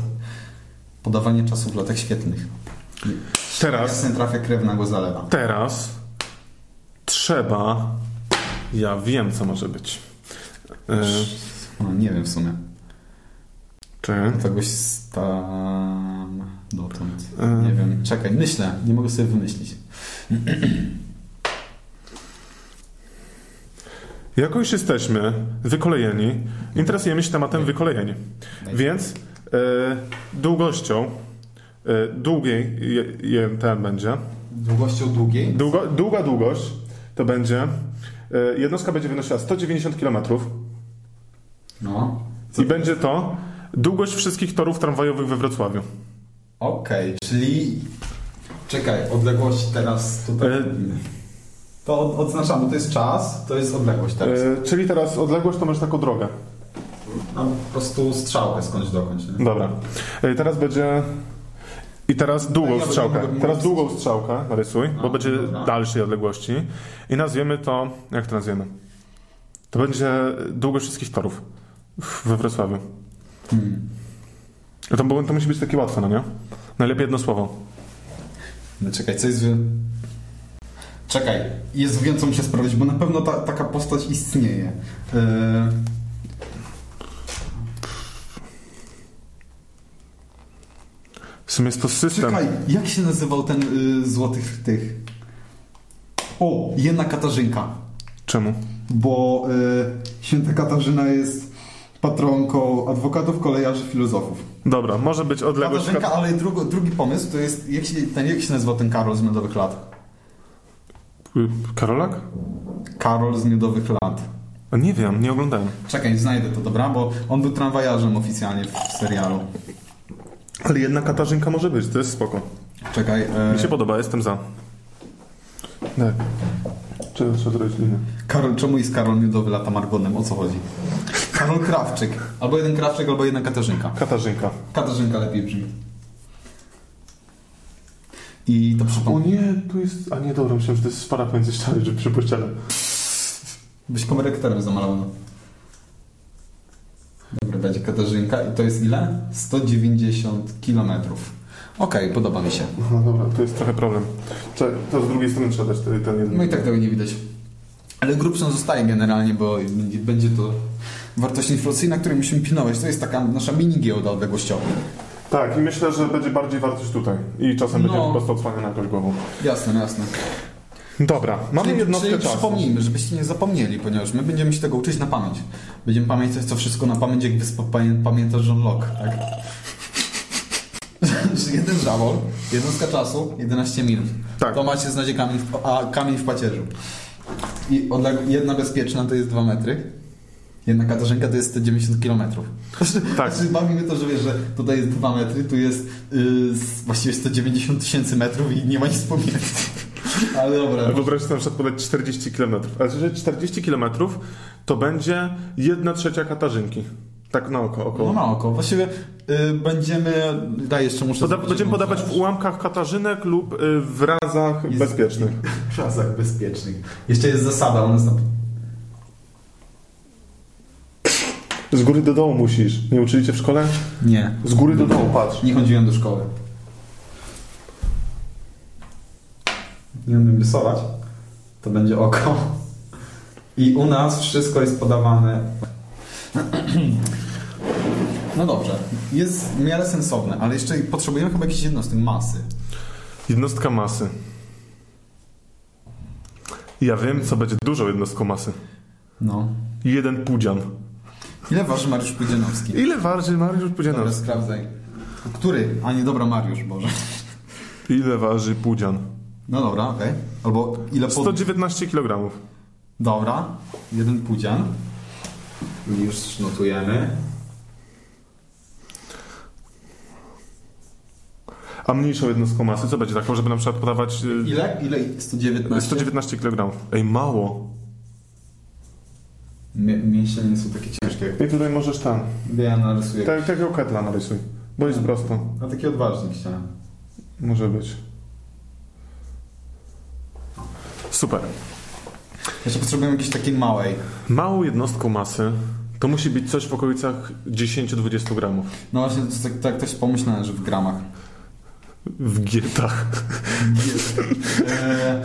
C: Podawanie czasu w latach świetlnych.
A: Teraz,
C: Jasne trafia krew na go zalewa.
A: teraz trzeba. Ja wiem, co może być. E,
C: No, nie wiem w sumie.
A: Czy.
C: Czegoś tam dotąd.
A: E.
C: Nie wiem. Czekaj, myślę. Nie mogę sobie wymyślić.
A: Jako już jesteśmy wykolejeni, interesujemy się tematem wykolejeni. Więc e, długością e, długiej je, je, ten będzie.
C: Długością długiej?
A: Długo, długa długość to będzie. E, jednostka będzie wynosiła 190 km
C: No.
A: i będzie to długość wszystkich torów tramwajowych we Wrocławiu.
C: Okej, czyli... Czekaj, odległość teraz tutaj.
A: E.
C: To od, odznaczamy, to jest czas, to jest odległość teraz.
A: E, czyli teraz odległość to masz taką drogę.
C: Mam po prostu strzałkę skądś dokądś. Nie?
A: Dobra. E, teraz będzie. I teraz długą
C: No Ja bym
A: strzałkę.
C: mógł- No, mógł-
A: Teraz długą strzałkę narysuj, bo będzie
C: dobra.
A: dalszej odległości. I nazwiemy to. Jak to nazwiemy? To będzie długość wszystkich torów w- we Wrocławiu. To, było- to musi być takie łatwe, no nie? Najlepiej jedno słowo.
C: No czekaj, co jest... wy- Czekaj, jest wiem co muszę sprawdzić, bo na pewno ta, taka postać istnieje. E,
A: W sumie jest to system.
C: Czekaj, jak się nazywał ten y, złotych tych? O, jedna Katarzynka.
A: Czemu?
C: Bo y, święta Katarzyna jest patronką adwokatów, kolejarzy, filozofów.
A: Dobra, może być odległość.
C: Katarzynka, ale drugo, drugi pomysł to jest, jak się, ten, jak się nazywał ten Karol z Miodowych Lat?
A: Karolak?
C: Karol z Miodowych Lat.
A: A Nie wiem, nie oglądałem.
C: Czekaj, znajdę to, dobra? Bo on był tramwajarzem oficjalnie w serialu.
A: Ale jedna Katarzynka może być, to jest spoko.
C: Czekaj, e,
A: Mi się podoba, jestem za. Tak. Czy trzeba zrobić linię?
C: Karol, czemu jest Karol Miodowy Lata Margonem? O co chodzi? Karol Krawczyk. Albo jeden Krawczyk, albo jedna Katarzynka.
A: Katarzynka.
C: Katarzynka lepiej brzmi. I to
A: O
C: przypomnę.
A: nie, tu jest... A nie, dobra, myślałem, że to jest para między ściany, że przy pościele.
C: Byś korektorem zamalowano. Dobra, będzie Katarzynka. I to jest ile? 190 km. Okej, podoba mi się.
A: No dobra, tu jest trochę problem. Czekaj, to z drugiej strony trzeba dać ten, ten jeden.
C: No i tak tego nie widać. Ale Grubson zostaje generalnie, bo będzie- będzie to wartość inflacyjna, której musimy pilnować. To jest taka nasza mini giełda odległościowa.
A: Tak, i myślę, że będzie bardziej wartość tutaj. I czasem
C: No.
A: będzie po prostu odsłaniana jakoś głową.
C: Jasne, jasne.
A: Dobra, mamy
C: Czyli-
A: jednostkę
C: czyli
A: czasu.
C: Przypomnijmy, żebyście nie zapomnieli, ponieważ my będziemy się tego uczyć na pamięć. Będziemy pamiętać to wszystko na pamięć, jak wyspa- pamię- pamięta John Locke, tak? Że Jeden żabol, jednostka czasu, 11 minut.
A: Tak.
C: To macie znać kamień w, a, kamień w pacierzu. I odleg- jedna bezpieczna to jest 2 metry. Jedna Katarzynka to jest 190 km.
A: Tak.
C: Znaczy, bawimy to, że wiesz, że tutaj jest 2 metry, tu jest yy, właściwie 190 tysięcy metrów i nie ma nic pomiędzy. Ale dobra.
A: Wyobraź sobie na przykład podać 40 km. Ale że 40 km to będzie 1 trzecia Katarzynki. Tak na oko,
C: No
A: około.
C: na oko. Właściwie y, będziemy... Daj, jeszcze muszę...
A: Poda- będziemy podawać w ułamkach Katarzynek lub y, w razach
C: Jest-
A: bezpiecznych.
C: W czasach bezpiecznych. Jeszcze jest zasada u nas na...
A: Z góry do dołu musisz. Nie uczyli cię w szkole?
C: Nie.
A: Z góry do dołu, patrz.
C: Nie chodziłem do szkoły. Nie umiem rysować. To będzie oko. I u nas wszystko jest podawane... No dobrze. Jest w miarę sensowne, ale jeszcze potrzebujemy chyba jakichś jednostek masy.
A: Jednostka masy. Ja wiem, co będzie dużą jednostką masy.
C: No.
A: Jeden pudzian.
C: Ile waży Mariusz Pudzianowski?
A: Ile waży Mariusz
C: No Dobra,
A: Pudzianowski?
C: sprawdzaj. Który? A nie dobra, Mariusz, Boże.
A: Ile waży pudzian?
C: No dobra, okej. Albo ile pod...
A: 119 kg.
C: Dobra, jeden pudzian. Już notujemy.
A: A mniejszą jednostką masy, co będzie taką, żeby na przykład podawać y,
C: Ile? Ile? 119?
A: 119 kg. Ej, mało.
C: Mię- Mięśnie nie są takie ciężkie.
A: I tutaj możesz tam.
C: Ja narysuję.
A: Tak, takiego ketla narysuj. Bo jest prosto.
C: A taki odważny chciałem.
A: Może być. Super.
C: Jeszcze potrzebujemy jakiejś takiej małej.
A: Małą jednostką masy to musi być coś w okolicach 10-20 gramów.
C: No właśnie, to tak, tak też pomyślałem, że w gramach.
A: W gietach.
C: Eee...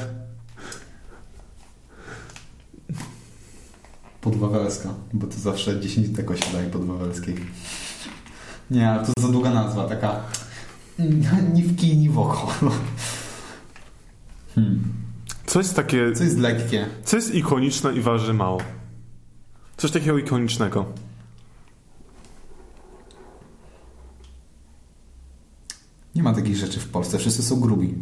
C: Podwawelska, bo to zawsze 10 deko się daje podwawelskiej. Nie, ale to za długa nazwa, taka ni w kij, ni w oko. Hmm.
A: Co jest takie.
C: Co jest lekkie?
A: Co jest ikoniczne i waży mało? Coś takiego ikonicznego.
C: Nie ma takich rzeczy w Polsce, wszyscy są grubi.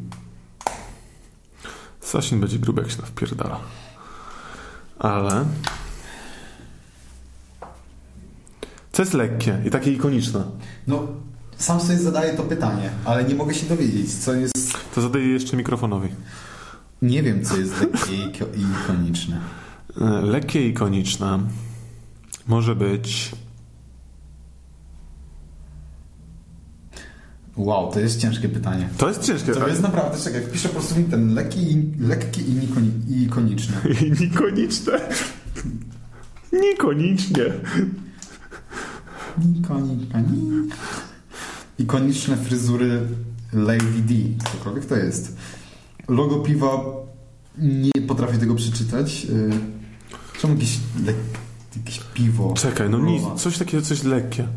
A: Sasin będzie gruby, jak się wpierdala. Ale. Co jest lekkie i takie ikoniczne?
C: No, sam sobie zadaję to pytanie, ale nie mogę się dowiedzieć, co jest...
A: To zadaję jeszcze mikrofonowi. E,
C: Nie wiem, co jest lekkie i kio- i ikoniczne.
A: E, Lekkie i ikoniczne może być.
C: Wow, to jest ciężkie pytanie.
A: To jest ciężkie. tak?
C: To jest naprawdę, czekaj, wpiszę po prostu mi ten lekki, i- lekki i, nikoni- i ikoniczny.
A: Nikoniczne. Nikonicznie.
C: Nikonika, ni. Ikoniczne fryzury Lady D, cokolwiek to jest. Logo piwa, nie potrafię tego przeczytać. Y, Czemu jakieś, le, jakieś piwo?
A: Czekaj, no nic,
C: Różowe.
A: coś takiego, coś lekkie.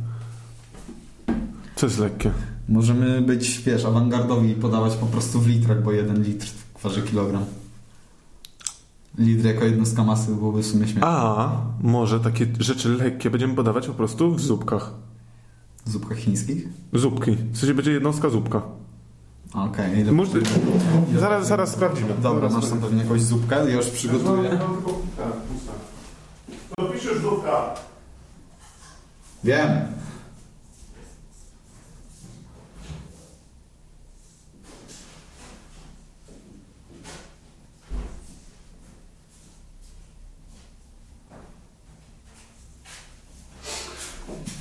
A: Co jest lekkie?
C: Możemy być, wiesz, awangardowi i podawać po prostu w litrach, bo jeden litr waży kilogram. Litr jako jednostka masy byłoby w sumie śmieszne.
A: A może takie rzeczy lekkie będziemy podawać po prostu w zupkach.
C: W zupkach chińskich?
A: Zupki. W sensie będzie jednostka zupka.
C: A, Okej, okay.
A: Może... Zaraz, zaraz sprawdzimy.
C: Dobra, masz tam pewnie jakąś zupkę, ja już przygotuję.
A: To piszesz zupka.
C: Wiem.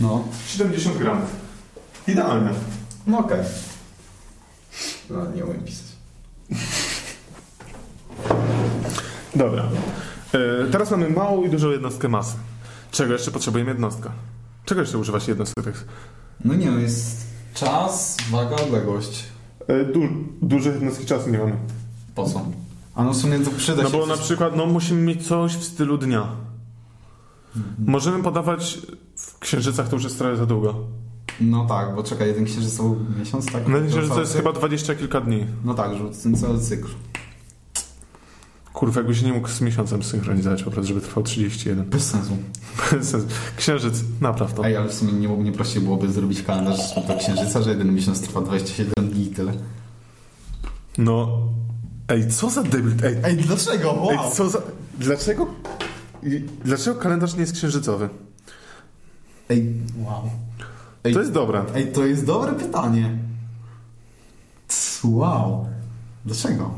C: No.
A: 70 gramów. Idealnie.
C: No okej. No, nie umiem pisać.
A: Dobra. E, teraz mamy małą i dużą jednostkę masy. Czego jeszcze potrzebujemy jednostka? Czego jeszcze używa się Tak jednostek?
C: No nie, no jest czas, waga, odległość.
A: E, du- dużych jednostki czasu nie mamy.
C: Po co? A no w sumie to przyda
A: No
C: się...
A: bo na
C: coś-
A: przykład no, musimy mieć coś w stylu dnia.
C: Mhm.
A: Możemy podawać w księżycach to już jest trochę za długo.
C: No tak, bo czekaj, jeden księżyc to był miesiąc, tak?
A: Myślę, że
C: cały
A: to jest
C: cykl? tak,
A: chyba dwadzieścia kilka dni.
C: No tak, że ten cały cykl.
A: Kurwa, jakbyś nie mógł z miesiącem synchronizować po prostu, żeby trwał 31.
C: Bez sensu.
A: Bez sensu. Księżyc, napraw to.
C: Ej, ale w sumie nie, nie prościej byłoby zrobić kalendarz do księżyca, że jeden miesiąc trwa 27 dni i tyle.
A: No. Ej, co za debil. Ej,
C: Ej, dlaczego? Wow.
A: ej co za. Dlaczego. i- Dlaczego kalendarz nie jest księżycowy?
C: Ej, wow. Ej,
A: To jest dobre.
C: Ej, to jest dobre pytanie. Ts, Wow. Dlaczego?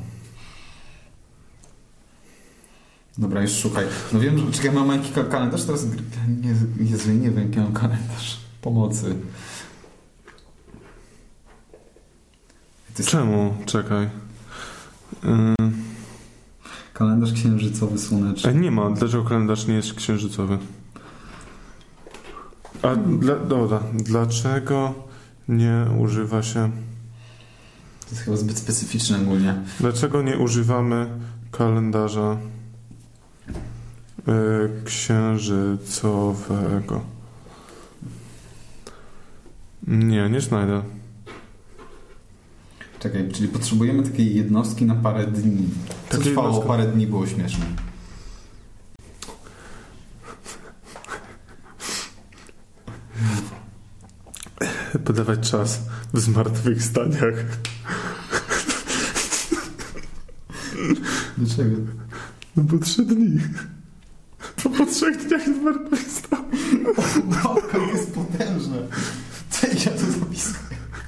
C: Dobra, już szukaj. No wiem, że czekaj, mam jakiś ka- kalendarz teraz. Nie, nie, nie wiem, jaki mam kalendarz. Pomocy. To jest
A: Czemu? Czekaj.
C: kalendarz księżycowy, słoneczny.
A: Ej, nie ma. Dlaczego kalendarz nie jest księżycowy? A dla, dobra, dlaczego nie używa się.
C: To jest chyba zbyt specyficzne ogólnie.
A: Dlaczego nie używamy kalendarza y, księżycowego? Nie, nie znajdę.
C: Czekaj, czyli potrzebujemy takiej jednostki na parę dni. Co
A: Takiej
C: trwało
A: jednostki-
C: parę dni, było śmieszne.
A: Podawać czas w zmartwychwstaniach.
C: Dlaczego?
A: No po trzy dni. To po trzech dniach zmartwychwstał.
C: Babka No, jest potężna. Ty, ja to zapisuję.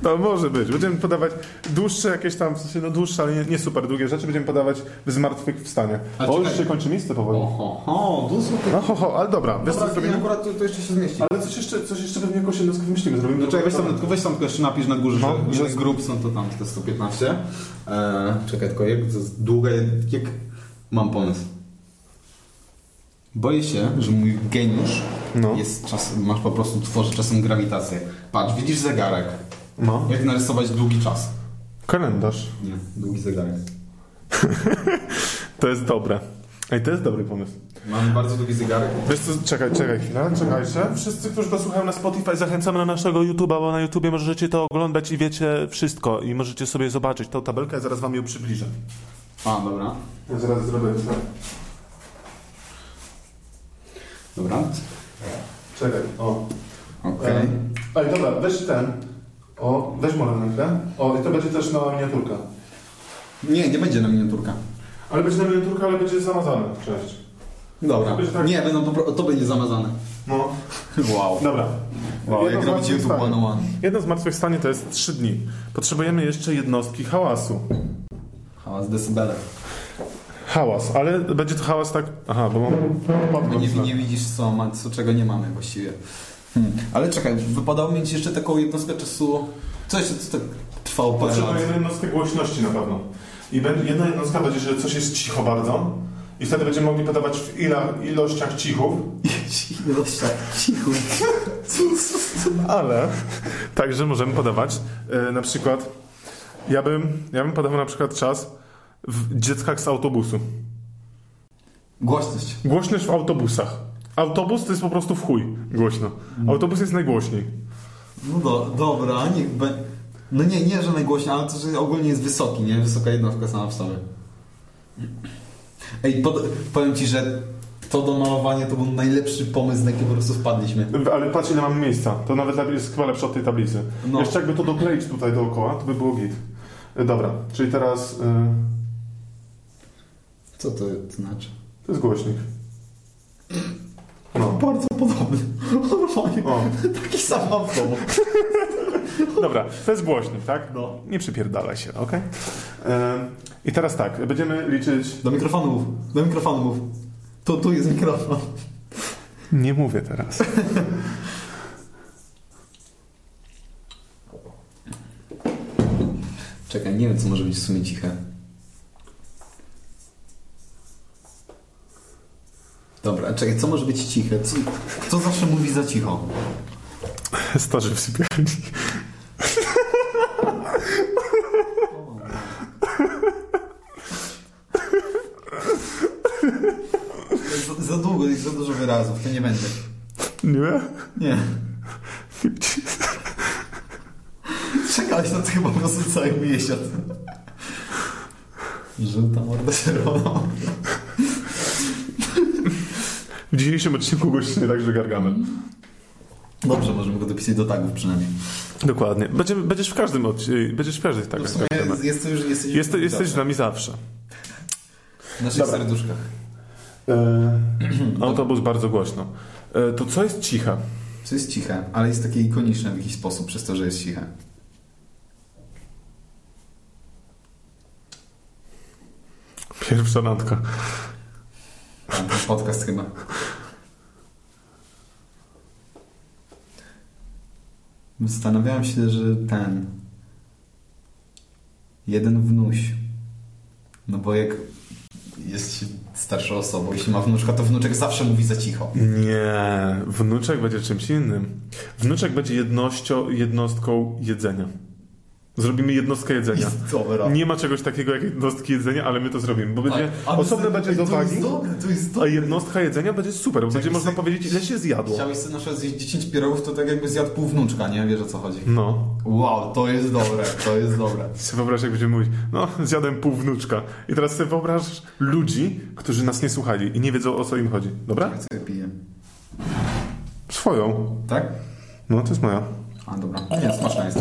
A: No może być. Będziemy podawać dłuższe jakieś tam, w sensie no dłuższe, ale nie, nie super długie rzeczy. Będziemy podawać w zmartwychwstaniach.
C: A
A: O,
C: czekaj.
A: już się kończy miejsce powoli.
C: Oho, dużo tych...
A: No ho, ho, ale dobra. Wiesz co zrobimy?
C: akurat to, to jeszcze się zmieści.
A: Ale coś jeszcze, coś jeszcze pewnie jakoś jednostkę wymyślimy. Zrobimy
C: No czekaj, weź tam, weź tam tylko jeszcze napisz na górze,
A: No,
C: że
A: że-
C: ile grup są to tam, te 115. Eee, czekaj, tylko jak to jest długa, jak... Mam pomysł. Boję się, że mój geniusz
A: No.
C: jest czas, masz po prostu tworzy czasem grawitację. Patrz, widzisz zegarek.
A: No.
C: Jak narysować długi czas?
A: Kalendarz.
C: Nie, długi zegarek.
A: To jest dobre. Ej, to jest dobry pomysł.
C: Mamy bardzo długi zegarek.
A: Wiesz co, czekaj, czekaj chwilę, czekajcie. Wszyscy, którzy to słuchają na Spotify, zachęcamy na naszego YouTube'a, bo na YouTubie możecie to oglądać i wiecie wszystko. I możecie sobie zobaczyć tą tabelkę, ja zaraz wam ją przybliżę.
C: A, dobra.
A: Ja zaraz zrobię tak.
C: Dobra.
A: Czekaj, o.
C: Okej.
A: Ej, dobra, weź ten. O, weź może na chwilę. O, i to będzie też nowa miniaturka.
C: Nie, nie będzie na miniaturka.
A: Ale będzie na miniaturka, ale będzie zamazana. Cześć.
C: Dobra.
A: To będzie tak-
C: Nie, będą po pro... to będzie zamazane.
A: No.
C: Wow.
A: Dobra.
C: Wow,
A: Jedno
C: jak robić YouTube
A: zmartwychwstanie.
C: one on one.
A: Jedno zmartwychwstanie to jest 3 dni. Potrzebujemy jeszcze jednostki hałasu.
C: Hałas decybelek.
A: Hałas, ale będzie to hałas tak... Aha, bo mam...
C: Bo nie,
A: podgląd na-
C: nie widzisz co, ma, co czego nie mamy właściwie. Hmm. Ale czekaj, wypadało mieć jeszcze taką jednostkę czasu. Coś, co tak trwało parę lat.
A: Potrzebujemy jednostki głośności na pewno. I będzie- jedna jednostka będzie, że coś jest cicho bardzo i wtedy będziemy mogli podawać w ila, ilościach cichów.
C: Ilość tak cicho.
A: Ale także możemy podawać e, na przykład... Ja bym, ja bym podawał na przykład czas w dzieckach z autobusu.
C: Głośność.
A: Głośność w autobusach. Autobus to jest po prostu w chuj głośno. Autobus jest najgłośniej.
C: No do, dobra, niech be... No nie, nie, że najgłośniej, ale to, że ogólnie jest wysoki, nie? Wysoka jednostka sama w sobie. Ej, pod... powiem ci, że to domalowanie to był najlepszy pomysł, na jaki po prostu wpadliśmy.
A: Ale patrz ile mamy miejsca. To nawet lepiej- jest chyba lepsze od tej tablicy.
C: No.
A: Jeszcze jakby to dokleić tutaj dookoła, to by było git. Y, Dobra, czyli teraz y,
C: Co to znaczy?
A: to jest głośnik. No.
C: Bardzo podobny. Normalnie.
A: O.
C: Taki sam mam w domu.
A: Dobra, to jest głośnik, tak?
C: No.
A: Nie przypierdalaj się, okej? Y, I teraz tak, będziemy liczyć...
C: Do mikrofonu mów. Do mikrofonu mów. Tu, tu jest mikrofon.
A: Nie mówię teraz.
C: Czekaj, nie wiem, co może być w sumie ciche. Dobra, czekaj, co może być ciche? Co, kto zawsze mówi za cicho?
A: Starzy w sypialni.
C: Za, za długo, jest za dużo wyrazów, to nie będzie.
A: Nie?
C: Nie. Czekałeś na to chyba po prostu cały miesiąc. Żółta morda czerwona. morda.
A: W dzisiejszym odcinku gościnie także Gargamel.
C: Dobrze, możemy go dopisać do tagów przynajmniej.
A: Dokładnie. Będziemy, będziesz w każdym odcinku, będziesz w każdych tak.
C: W sumie
A: Gargamel.
C: jest to już, jesteś,
A: Jeste, jesteś z nami zawsze.
C: w naszych
A: Dobra.
C: serduszkach.
A: E, Autobus bardzo głośno. E, To co jest ciche?
C: Co jest ciche, ale jest takie ikoniczne w jakiś sposób przez to, że jest ciche.
A: Pierwsza randka.
C: Tam ten podcast chyba. Zastanawiałem się, że ten. Jeden wnuś. No bo jak jest się starszą osobą, jeśli ma wnuczka, to wnuczek zawsze mówi za cicho.
A: Nie, wnuczek będzie czymś innym. Wnuczek będzie jednością, jednostką jedzenia. Zrobimy jednostkę jedzenia.
C: Jest dobra.
A: Nie ma czegoś takiego jak jednostki jedzenia, ale my to zrobimy, bo będzie
C: Tak. A, a my
A: osobne
C: sobie-
A: będzie do
C: To
A: wagi,
C: jest dobre, to jest
A: a
C: dobre.
A: jednostka jedzenia będzie super, bo będzie
C: Jakby
A: można
C: sobie-
A: powiedzieć ile się zjadło.
C: Chciałeś sobie na przykład zjeść 10 pierogów, to tak jakby zjadł pół wnuczka, nie? Wiesz o co chodzi.
A: No.
C: Wow, to jest dobre, to jest dobre.
A: Sobie wyobraź, jak będziemy mówić, no zjadłem pół wnuczka. I teraz sobie wyobraź ludzi, którzy nas nie słuchali i nie wiedzą o co im chodzi. Dobra?
C: Ja Tak sobie piję.
A: Swoją.
C: Tak?
A: No, to jest moja.
C: A dobra. Nie, smaczna jest.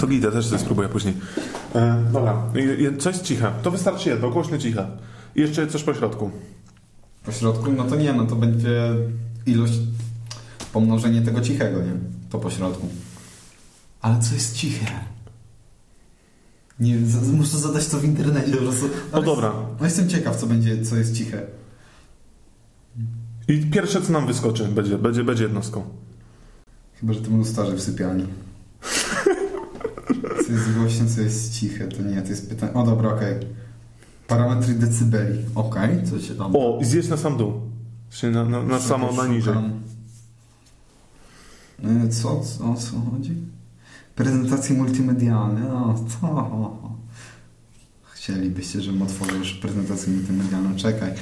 A: To Gilda też sobie spróbuję później. E, dobra. I- i- Coś ciche. To wystarczy jedno, głośne ciche. I jeszcze coś po środku.
C: Po środku, no to nie, no to będzie ilość, pomnożenie tego cichego, nie? To po środku. Ale co jest ciche? Nie wiem, z- z- muszę zadać to w internecie po prostu. Ale
A: dobra.
C: No jestem ciekaw, co będzie, co jest ciche.
A: I pierwsze co nam wyskoczy będzie, będzie, będzie jednostką.
C: Chyba, że to będą starzy w sypialni. Co jest głośne, co jest ciche, to nie, to jest pytanie. O dobra, okej. Parametry decybeli. Okej, co się tam...
A: O, i zjeść na sam dół. Czyli na, na, na samo, na
C: Szukam.
A: niżej.
C: Y, Co, co, o co chodzi? Prezentacje multimedialne, o to. Chcielibyście, żebym otworzył już prezentację multimedialną. Czekaj. Y,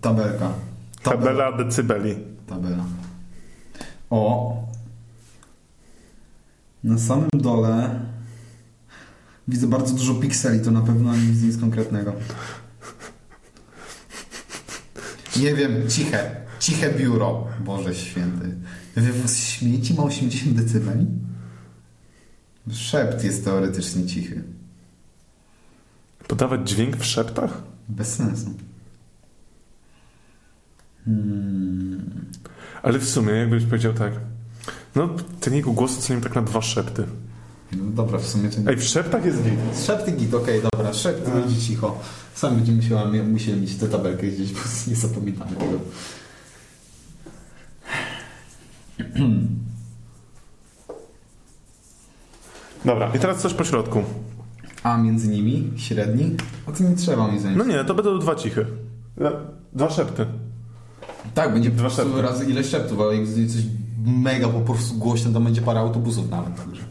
C: tabelka.
A: Tabela decybeli.
C: Tabela. O. Na samym dole widzę bardzo dużo pikseli, to na pewno nic, nic konkretnego. Nie wiem, ciche. Ciche biuro. Boże święty. Wywóz śmieci ma 80 decybeli? Szept jest teoretycznie cichy.
A: Podawać dźwięk w szeptach?
C: Bez sensu. Hmm.
A: Ale w sumie, jakbyś powiedział tak. No, ten jego głos oceniam tak na dwa szepty.
C: No dobra, w sumie to nie...
A: Ej, w szeptach jest git.
C: Szepty git, okej, dobra,
A: Tak.
C: szepty będzie cicho. Sam będziemy się, łamie- musieli mieć tę tabelkę gdzieś, bo nie zapominamy tego.
A: Dobra, i teraz coś po środku.
C: A między nimi średni? O tym nie trzeba mi zająć.
A: No nie, to będą dwa cichy. Le- Dwa szepty.
C: Tak, będzie po
A: Dwa
C: prostu
A: szepty.
C: razy ile szeptów, ale jak będzie coś mega po prostu głośne, to będzie parę autobusów nawet. Także.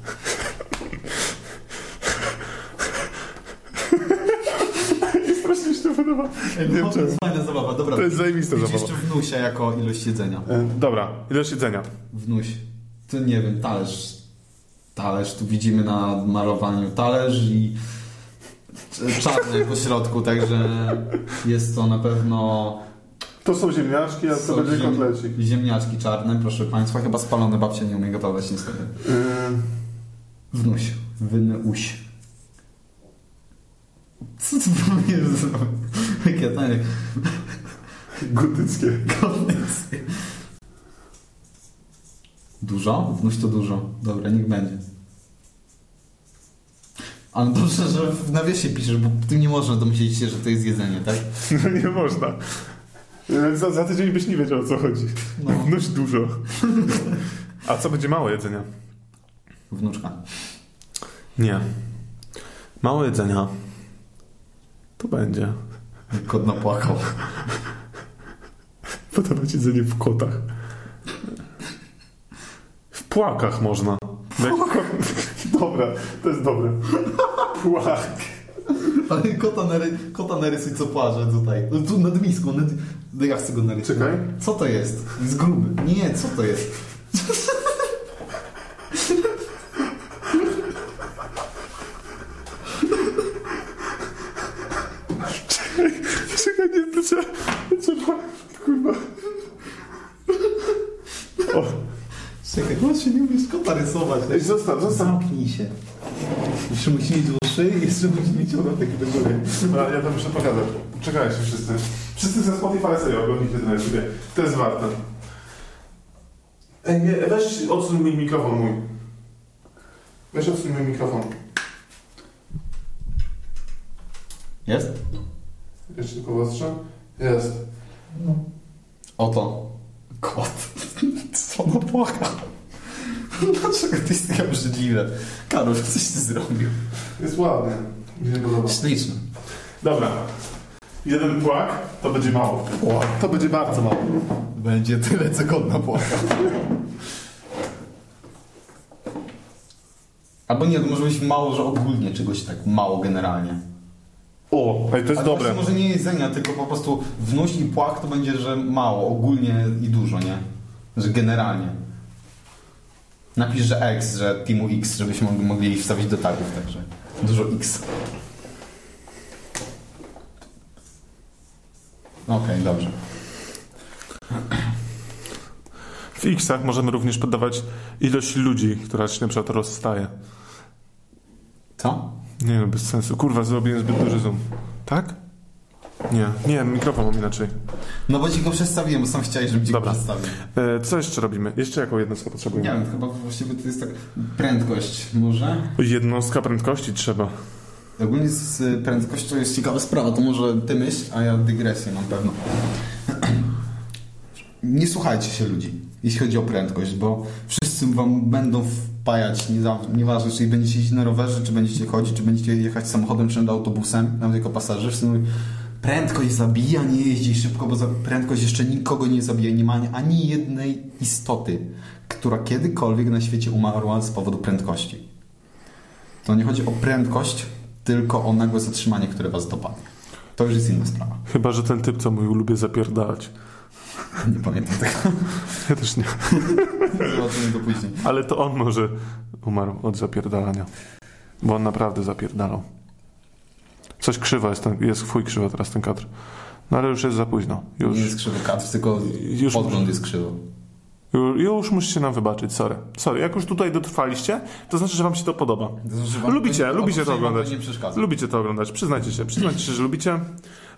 A: Strasznie się to podoba. Nie wiem
C: to
A: czemu.
C: jest fajna zabawa, dobra.
A: To jest zajebista
C: Idź
A: zabawa.
C: jeszcze wnusia jako ilość jedzenia.
A: E, Dobra, ilość jedzenia.
C: Wnuś, to nie wiem, talerz. Talerz, tu widzimy na malowaniu talerz i c- czarny po środku, także jest to na pewno...
A: To są ziemniaczki, a to
C: są
A: będzie
C: ziem-
A: kotlecik.
C: Ziemniaczki czarne, proszę Państwa, chyba spalone babcia nie umie gotować niestety.
A: E,
C: Wnuś, wynuś. Co ty próbujesz zrobić? Jakie tanie.
A: Gotyckie.
C: Koniec. Dużo? Wnuś to dużo. Dobra, niech będzie. Ale dobrze, że w nawiasie piszesz, bo tym nie można domyślić się, że to jest jedzenie, tak?
A: No nie można. E, Za, za tydzień byś nie wiedział o co chodzi.
C: No.
A: Wnoś dużo. A co będzie mało jedzenia?
C: Wnuczka.
A: Nie. Mało jedzenia. To będzie.
C: Kot napłakał.
A: Podawać jedzenie w kotach. W płakach można. Płak. Dobra, to jest dobre. Płak.
C: Ale kota, nary, kota narysuj, co płacze tutaj. No Tu nad miską, nad... no Ja chcę go narysować.
A: Czekaj.
C: Co to jest? Jest gruby. Nie, co to jest?
A: Czekaj, nie, to trzeba, trzeba
C: Czekaj, bo się nie umiesz kota rysować.
A: Ej, zostaw, zostaw.
C: tak? Zamknij się. Jeszcze musi mieć uszy i jeszcze musi mieć ogonek do góry.
A: Dobra, ja to muszę pokazać. Czekajcie wszyscy. Wszyscy ze Spotify sobie oglądnijcie to na YouTube. To jest warte. Ej, nie, weź odsuń mi mikrofon mój. Weź odsuń mi mikrofon.
C: Jest?
A: Jeszcze tylko ostrzę. Jest.
C: Oto. Kot. Co do płaka. Dlaczego ty jesteś taka obrzydliwy? Karol, coś ty zrobił.
A: Jest ładny. Mi się podoba.
C: Śliczny.
A: Dobra. Jeden płak, to będzie mało.
C: Płak.
A: To będzie bardzo mało.
C: Będzie tyle, co kot na płaka. Albo nie, to może być mało, że ogólnie czegoś tak mało generalnie.
A: O, ej, to jest
C: Ale
A: dobre.
C: właśnie może nie jedzenia, tylko po prostu wnuś i płak to będzie, że mało, ogólnie i dużo, nie? Że generalnie. Napisz, że X, że Teamu X, żebyśmy mogli- mogli ich wstawić do tagów, także dużo X. Okej, dobrze.
A: W X-ach możemy również podawać ilość ludzi, która się na przykład rozstaje.
C: Co?
A: Nie no, bez sensu. Kurwa, zrobiłem zbyt duży zoom. Tak? Nie, nie, mikrofon mam inaczej.
C: No bo ci go przedstawiłem, bo sam chciałeś, żebym ci
A: Dobra.
C: go przedstawił.
A: E, co jeszcze robimy? Jeszcze jaką jednostkę
C: Nie
A: potrzebujemy?
C: wiem, chyba właściwie to jest tak... Prędkość może?
A: Jednostka prędkości trzeba.
C: Ogólnie z y, prędkością jest ciekawa sprawa, to może ty myśl, a ja dygresję mam pewno. Nie słuchajcie się ludzi, jeśli chodzi o prędkość, bo wszyscy wam będą wpajać, nie za- nieważne czy będziecie jeździć na rowerze, czy będziecie chodzić, czy będziecie jechać samochodem, czy autobusem, nawet jako pasażer, wszyscy mówią, prędkość zabija, nie jeździ szybko, bo za- prędkość jeszcze nikogo nie zabija, nie ma ani jednej istoty, która kiedykolwiek na świecie umarła z powodu prędkości. To nie chodzi o prędkość, tylko o nagłe zatrzymanie, które was dopadnie. To już jest inna sprawa.
A: Chyba, że ten typ, co mówił, lubię zapierdalać.
C: Nie pamiętam tego.
A: Ja też nie.
C: Zobaczymy to później.
A: Ale to on może umarł od zapierdalania. Bo on naprawdę zapierdalał. Coś krzywa jest, ten, jest chuj krzywa teraz ten kadr. No ale już jest za późno. Już,
C: Nie jest krzywy kadr, tylko
A: Już-
C: podgląd jest krzywy.
A: ju- już musicie nam wybaczyć, sorry. Sorry, jak już tutaj dotrwaliście, to znaczy, że wam się to podoba.
C: To znaczy, wam-
A: lubicie,
C: to-
A: lubicie to
C: wam to
A: oglądać.
C: nie przeszkadza.
A: Lubicie to oglądać, przyznajcie się, przyznajcie się, że lubicie.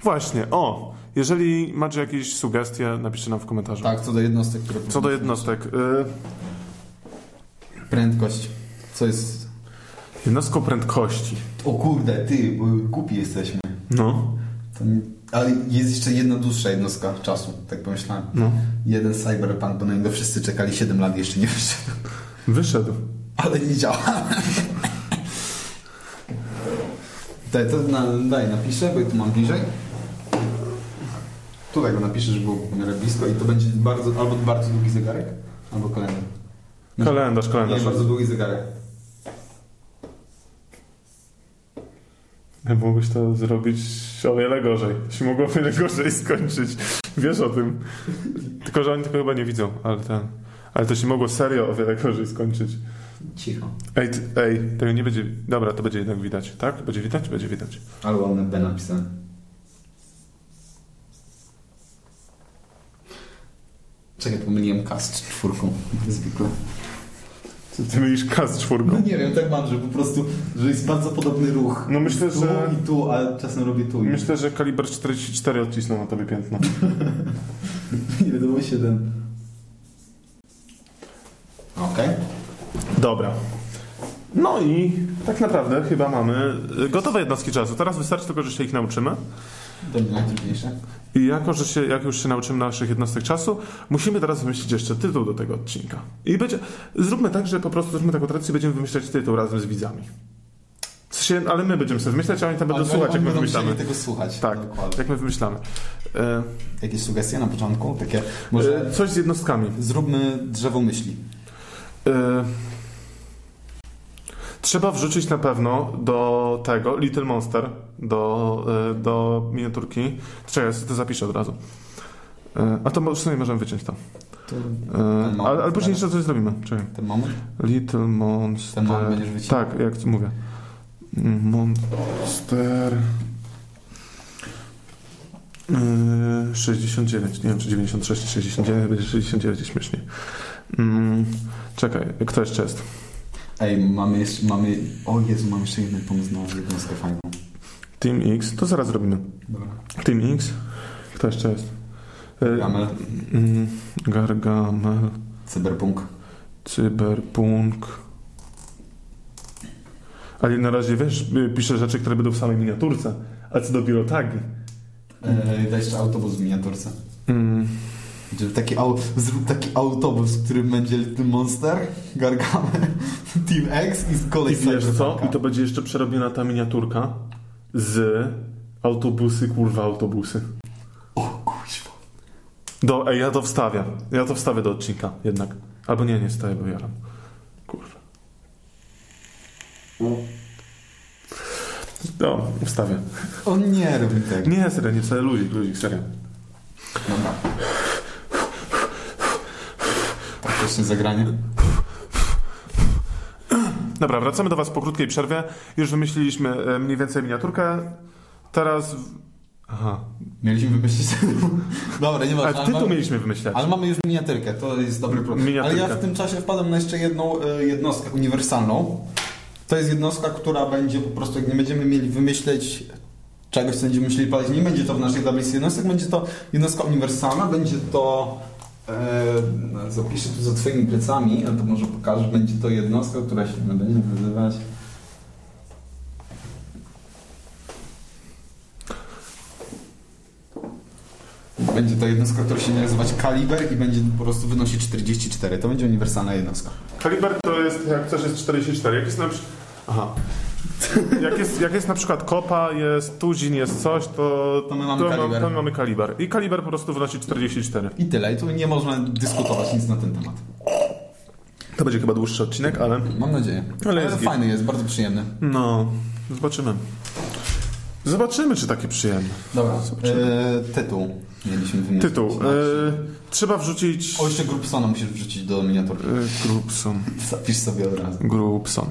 A: Właśnie, o, jeżeli macie jakieś sugestie, napiszcie nam w komentarzu.
C: Tak, co do jednostek, które...
A: Co do jednostek. Y,
C: Prędkość. Co jest...
A: jednostką prędkości.
C: O kurde, ty, bo głupi jesteśmy.
A: No.
C: To nie... Ale jest jeszcze jedna dłuższa jednostka czasu, tak pomyślałem.
A: No.
C: Jeden cyberpunk, bo na niego wszyscy czekali 7 lat i jeszcze nie wyszedł.
A: Wyszedł.
C: Ale nie działa. Daj, to na, daj, napiszę, bo ja tu mam bliżej. Tutaj go napiszę, żeby było w miarę blisko i to będzie bardzo, albo bardzo długi zegarek, albo kalendarz.
A: Kalendarz,
C: Nie,
A: kalendarz.
C: bardzo długi zegarek.
A: Mógłbyś to zrobić o wiele gorzej. Się mogło o wiele gorzej skończyć. Wiesz o tym. Tylko, że oni tego chyba nie widzą, ale ten. Ale to się mogło serio o wiele gorzej skończyć.
C: Cicho.
A: Ej, ty, ej, tego nie będzie. Dobra, to będzie jednak widać, tak? Będzie widać? Będzie widać.
C: Ale ładne B napisane. Czekaj, pomyliłem K z czwórką, jak zwykle.
A: Ty, ty mylisz K z
C: No
A: czwórką.
C: nie wiem, tak mam, że po prostu, że jest bardzo podobny ruch.
A: No myślę,
C: tu
A: że-
C: i tu, a czasem robię tu. i-
A: Myślę, że kaliber 44 odcisnął na tobie piętno.
C: Ile to było 7? Okej.
A: Dobra. No i tak naprawdę chyba mamy y, gotowe jednostki czasu. Teraz wystarczy tylko, że się ich nauczymy.
C: To będzie najtrudniejsze.
A: I jako, że się, jak już się nauczymy naszych jednostek czasu, musimy teraz wymyślić jeszcze tytuł do tego odcinka. I będzie, zróbmy tak, że po prostu zróbmy taką tradycję, będziemy wymyślać tytuł razem z widzami. W sensie, ale my będziemy sobie wymyślać, a oni tam będą
C: Ale
A: słuchać,
C: oni
A: jak my
C: będą
A: wymyślamy.
C: musieli tego słuchać.
A: Tak,
C: Dokładnie.
A: jak my wymyślamy. E,
C: Jakieś sugestie na początku? Takie, może
A: e, coś z jednostkami.
C: zróbmy drzewo myśli.
A: E, trzeba wrzucić na pewno do tego Little Monster, do, e, do miniaturki. Czekaj, ja sobie to zapiszę od razu. E, a to mo- w sumie możemy wyciąć to.
C: To,
A: E,
C: Ten
A: ale,
C: moment,
A: ale później
C: tak?
A: jeszcze coś zrobimy. Czekaj.
C: ten moment?
A: Little Monster.
C: Ten moment będziesz wycinał.
A: Tak, jak mówię. Mm, Monster. Yy, 69, nie wiem czy 96 czy 69, będzie 69 jest śmiesznie. Mm, czekaj, kto jeszcze jest?
C: Ej, mamy jeszcze, mamy... O Jezu, mam jeszcze jeden pomysł na jednostkę fajną.
A: Team X, to zaraz zrobimy.
C: Dobra.
A: Team X, kto jeszcze jest? E,
C: Gamel,
A: mm, Gargamel,
C: cyberpunk.
A: cyberpunk. Ale na razie, wiesz, y, piszę rzeczy, które będą w samej miniaturce, a co dopiero tak. tagi.
C: Ej, E, daj jeszcze autobus w miniaturce.
A: Mm,
C: Żeby taki, au, zrób taki autobus, w którym będzie Little Monster, Gargamel, Team X i
A: I
C: kolej
A: wiesz co?
C: Cyberpunka.
A: I to będzie jeszcze przerobiona ta miniaturka z autobusy, kurwa, autobusy.
C: O kuźwa.
A: Do, ej, ja to wstawię. Ja to wstawię do odcinka jednak. Albo nie, nie staję, bo jaram. Kurwa. No, wstawię.
C: O nie, robi tego.
A: Nie, serio, nie wcale ludzi, ludzi, serio.
C: Dobra. Taktyczne zagranie.
A: Dobra, wracamy do Was po krótkiej przerwie. Już wymyśliliśmy e, mniej więcej miniaturkę. Teraz... w- Aha.
C: Mieliśmy wymyślić tytuł. Dobra, nie ma
A: Ale tytuł mieliśmy wymyślać.
C: Ale mamy już miniatyrkę, to jest dobry produkt. Ale
A: Miniatyrkę.
C: ja w tym czasie wpadłem na jeszcze jedną y, jednostkę uniwersalną. To jest jednostka, która będzie po prostu, jak nie będziemy mieli wymyśleć czegoś, co będziemy musieli palić, nie będzie to w naszej tablicy jednostek, będzie to jednostka uniwersalna, będzie to y, zapiszę tu za twoimi plecami, a to może pokażę, będzie to jednostka, która się będzie nazywać Będzie to jednostka, która się będzie nazywać Kaliber i będzie po prostu wynosić 44. To będzie uniwersalna jednostka.
A: Kaliber to jest, jak coś jest 44. Jak jest na przy... Aha. Jak jest, jak jest na przykład kopa, jest tuzin, jest coś, to,
C: To my mamy
A: to, ma-
C: kaliber.
A: to my mamy kaliber. I kaliber po prostu wynosi 44.
C: I tyle. I tu nie można dyskutować nic na ten temat.
A: To będzie chyba dłuższy odcinek, ale.
C: Mam nadzieję.
A: Ale
C: Ale,
A: jest git.
C: fajny jest, bardzo przyjemny.
A: No, zobaczymy. Zobaczymy, czy takie przyjemne.
C: Dobra, e, tytuł mieliśmy wymienić.
A: Tytuł. E, trzeba wrzucić.
C: O, jeszcze Grubsona musisz wrzucić do miniaturki.
A: E, Grubson.
C: Zapisz sobie od razu.
A: Grubson.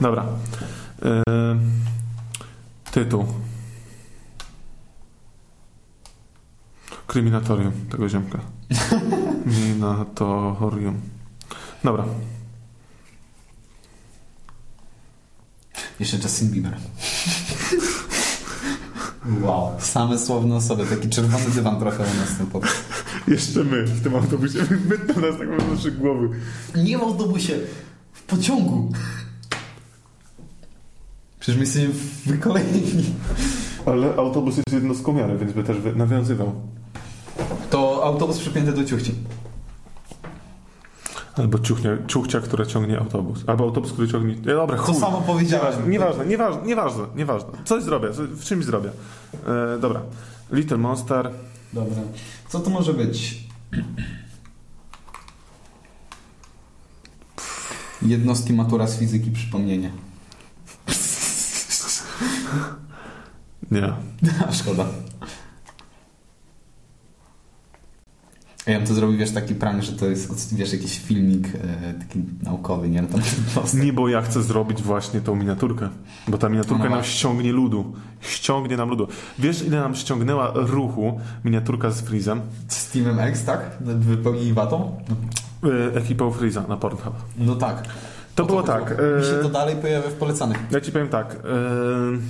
A: Dobra. E, tytuł. Kryminatorium tego ziomka. Minatorium. Dobra.
C: Jeszcze Justin Bieber. wow. Same słowne osoby. Taki czerwony dywan trochę u nas ten pod...
A: Jeszcze my w tym autobusie. My to nas tak mamy nasze głowy.
C: Nie w autobusie. W pociągu. Przecież my jesteśmy wykolejni.
A: Ale autobus jest jednostką miary, więc by też wy- nawiązywał.
C: To autobus przypięty do ciuchci.
A: Albo ciuchnia, ciuchcia, która ciągnie autobus. Albo autobus, który ciągnie... E, Dobra,
C: To
A: chuj.
C: samo powiedziałem.
A: Nieważne, nieważne, nieważne, nieważne. Coś zrobię, co- w czymś zrobię. E, dobra. Little Monster.
C: Dobra. Co to może być? Jednostki matura z fizyki, przypomnienie.
A: Nie.
C: A szkoda. Ja bym to zrobił, wiesz, taki prank, że to jest, od- wiesz, jakiś filmik e, taki naukowy, nie? No, tam jednostek.
A: Nie, bo ja chcę zrobić właśnie tą miniaturkę. Bo ta miniaturka
C: No
A: nam
C: właśnie.
A: ściągnie ludu. Ściągnie nam ludu. Wiesz, ile nam ściągnęła ruchu miniaturka z Freezem?
C: Z Teamem X, tak? Wypełnili watą? No,
A: E, ekipą Freeza na Pornhub.
C: no tak.
A: To
C: O
A: było
C: chodziło.
A: tak.
C: Mi się
A: e,
C: to dalej pojawia w polecanych.
A: Ja ci powiem tak. ym,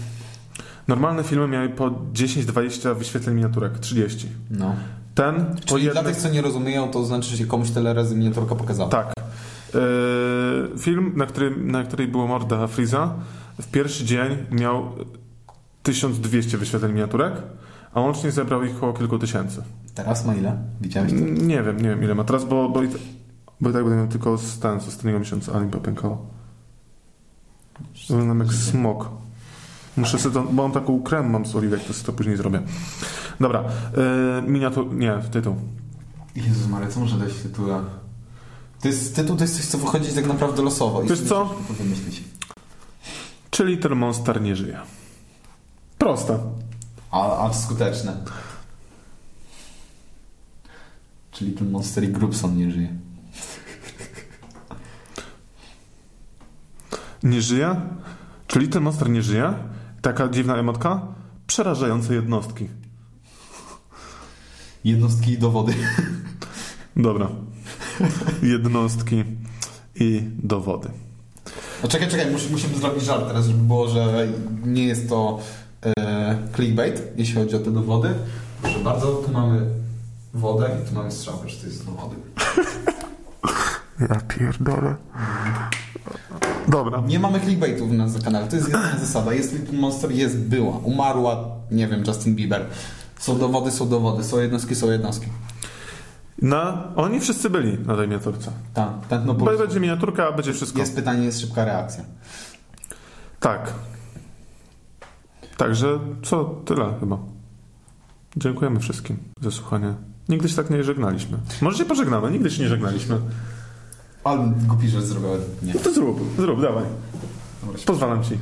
A: normalne filmy miały po 10-20 wyświetleń miniaturek, 30.
C: No.
A: Ten po
C: Czyli dla
A: jednym.
C: tych, co nie rozumieją, to znaczy, że się komuś tyle razy miniaturka pokazała.
A: Tak. Yy, film, na, którym, na której było morda Freeza, w pierwszy dzień miał 1200 wyświetleń miniaturek, a łącznie zebrał ich około kilku tysięcy.
C: Teraz ma ile? Widziałeś to?
A: N- Nie wiem, nie wiem ile ma teraz, bo, bo, i, t- bo i tak będę miał tylko z ten, z ostatniego miesiąca, a mi popękało. Wyglądam jak smok. Muszę sobie to, bo mam taką krem, mam z oliwek, to sobie to później zrobię. Dobra, yy, miniatur... Nie, tytuł.
C: Jezus Maria, co może dać tytuła? To jest, tytuł to jest coś, co wychodzi tak naprawdę losowo. i
A: Wiesz
C: sobie
A: co?
C: ciężko to wymyślić.
A: Czyli ten monster nie żyje. Prosta.
C: A, a skuteczne. Czyli ten Monster i Grubson nie żyje.
A: Nie żyje? Czyli ten monster nie żyje? Taka dziwna emotka? Przerażające jednostki.
C: Jednostki i dowody.
A: Dobra. jednostki i dowody.
C: No czekaj, czekaj, mus, musimy zrobić żart teraz, żeby było, że nie jest to e, clickbait, jeśli chodzi o te dowody. Proszę bardzo, tu mamy wodę i tu mamy strzałkę, że to jest dowody.
A: Ja pierdolę. Dobra.
C: Nie mamy clickbaitów na naszym kanale, to jest jedyna zasada. Jest Little Monster, jest była, umarła, nie wiem, Justin Bieber. Są dowody, są dowody, są jednostki, są jednostki.
A: Na, oni wszyscy byli na tej miniaturce.
C: Tak, tętno
A: Bo
C: pulsu.
A: będzie miniaturka, a będzie wszystko.
C: Jest pytanie, jest szybka reakcja.
A: Tak. Także co, tyle chyba. Dziękujemy wszystkim za słuchanie. Nigdy się tak nie żegnaliśmy. Może się pożegnamy, nigdy się nie żegnaliśmy.
C: Ale głupi rzecz zrobiłem. Nie.
A: No to zrób, zrób, dawaj.
C: Dobra, się-
A: Pozwalam ci.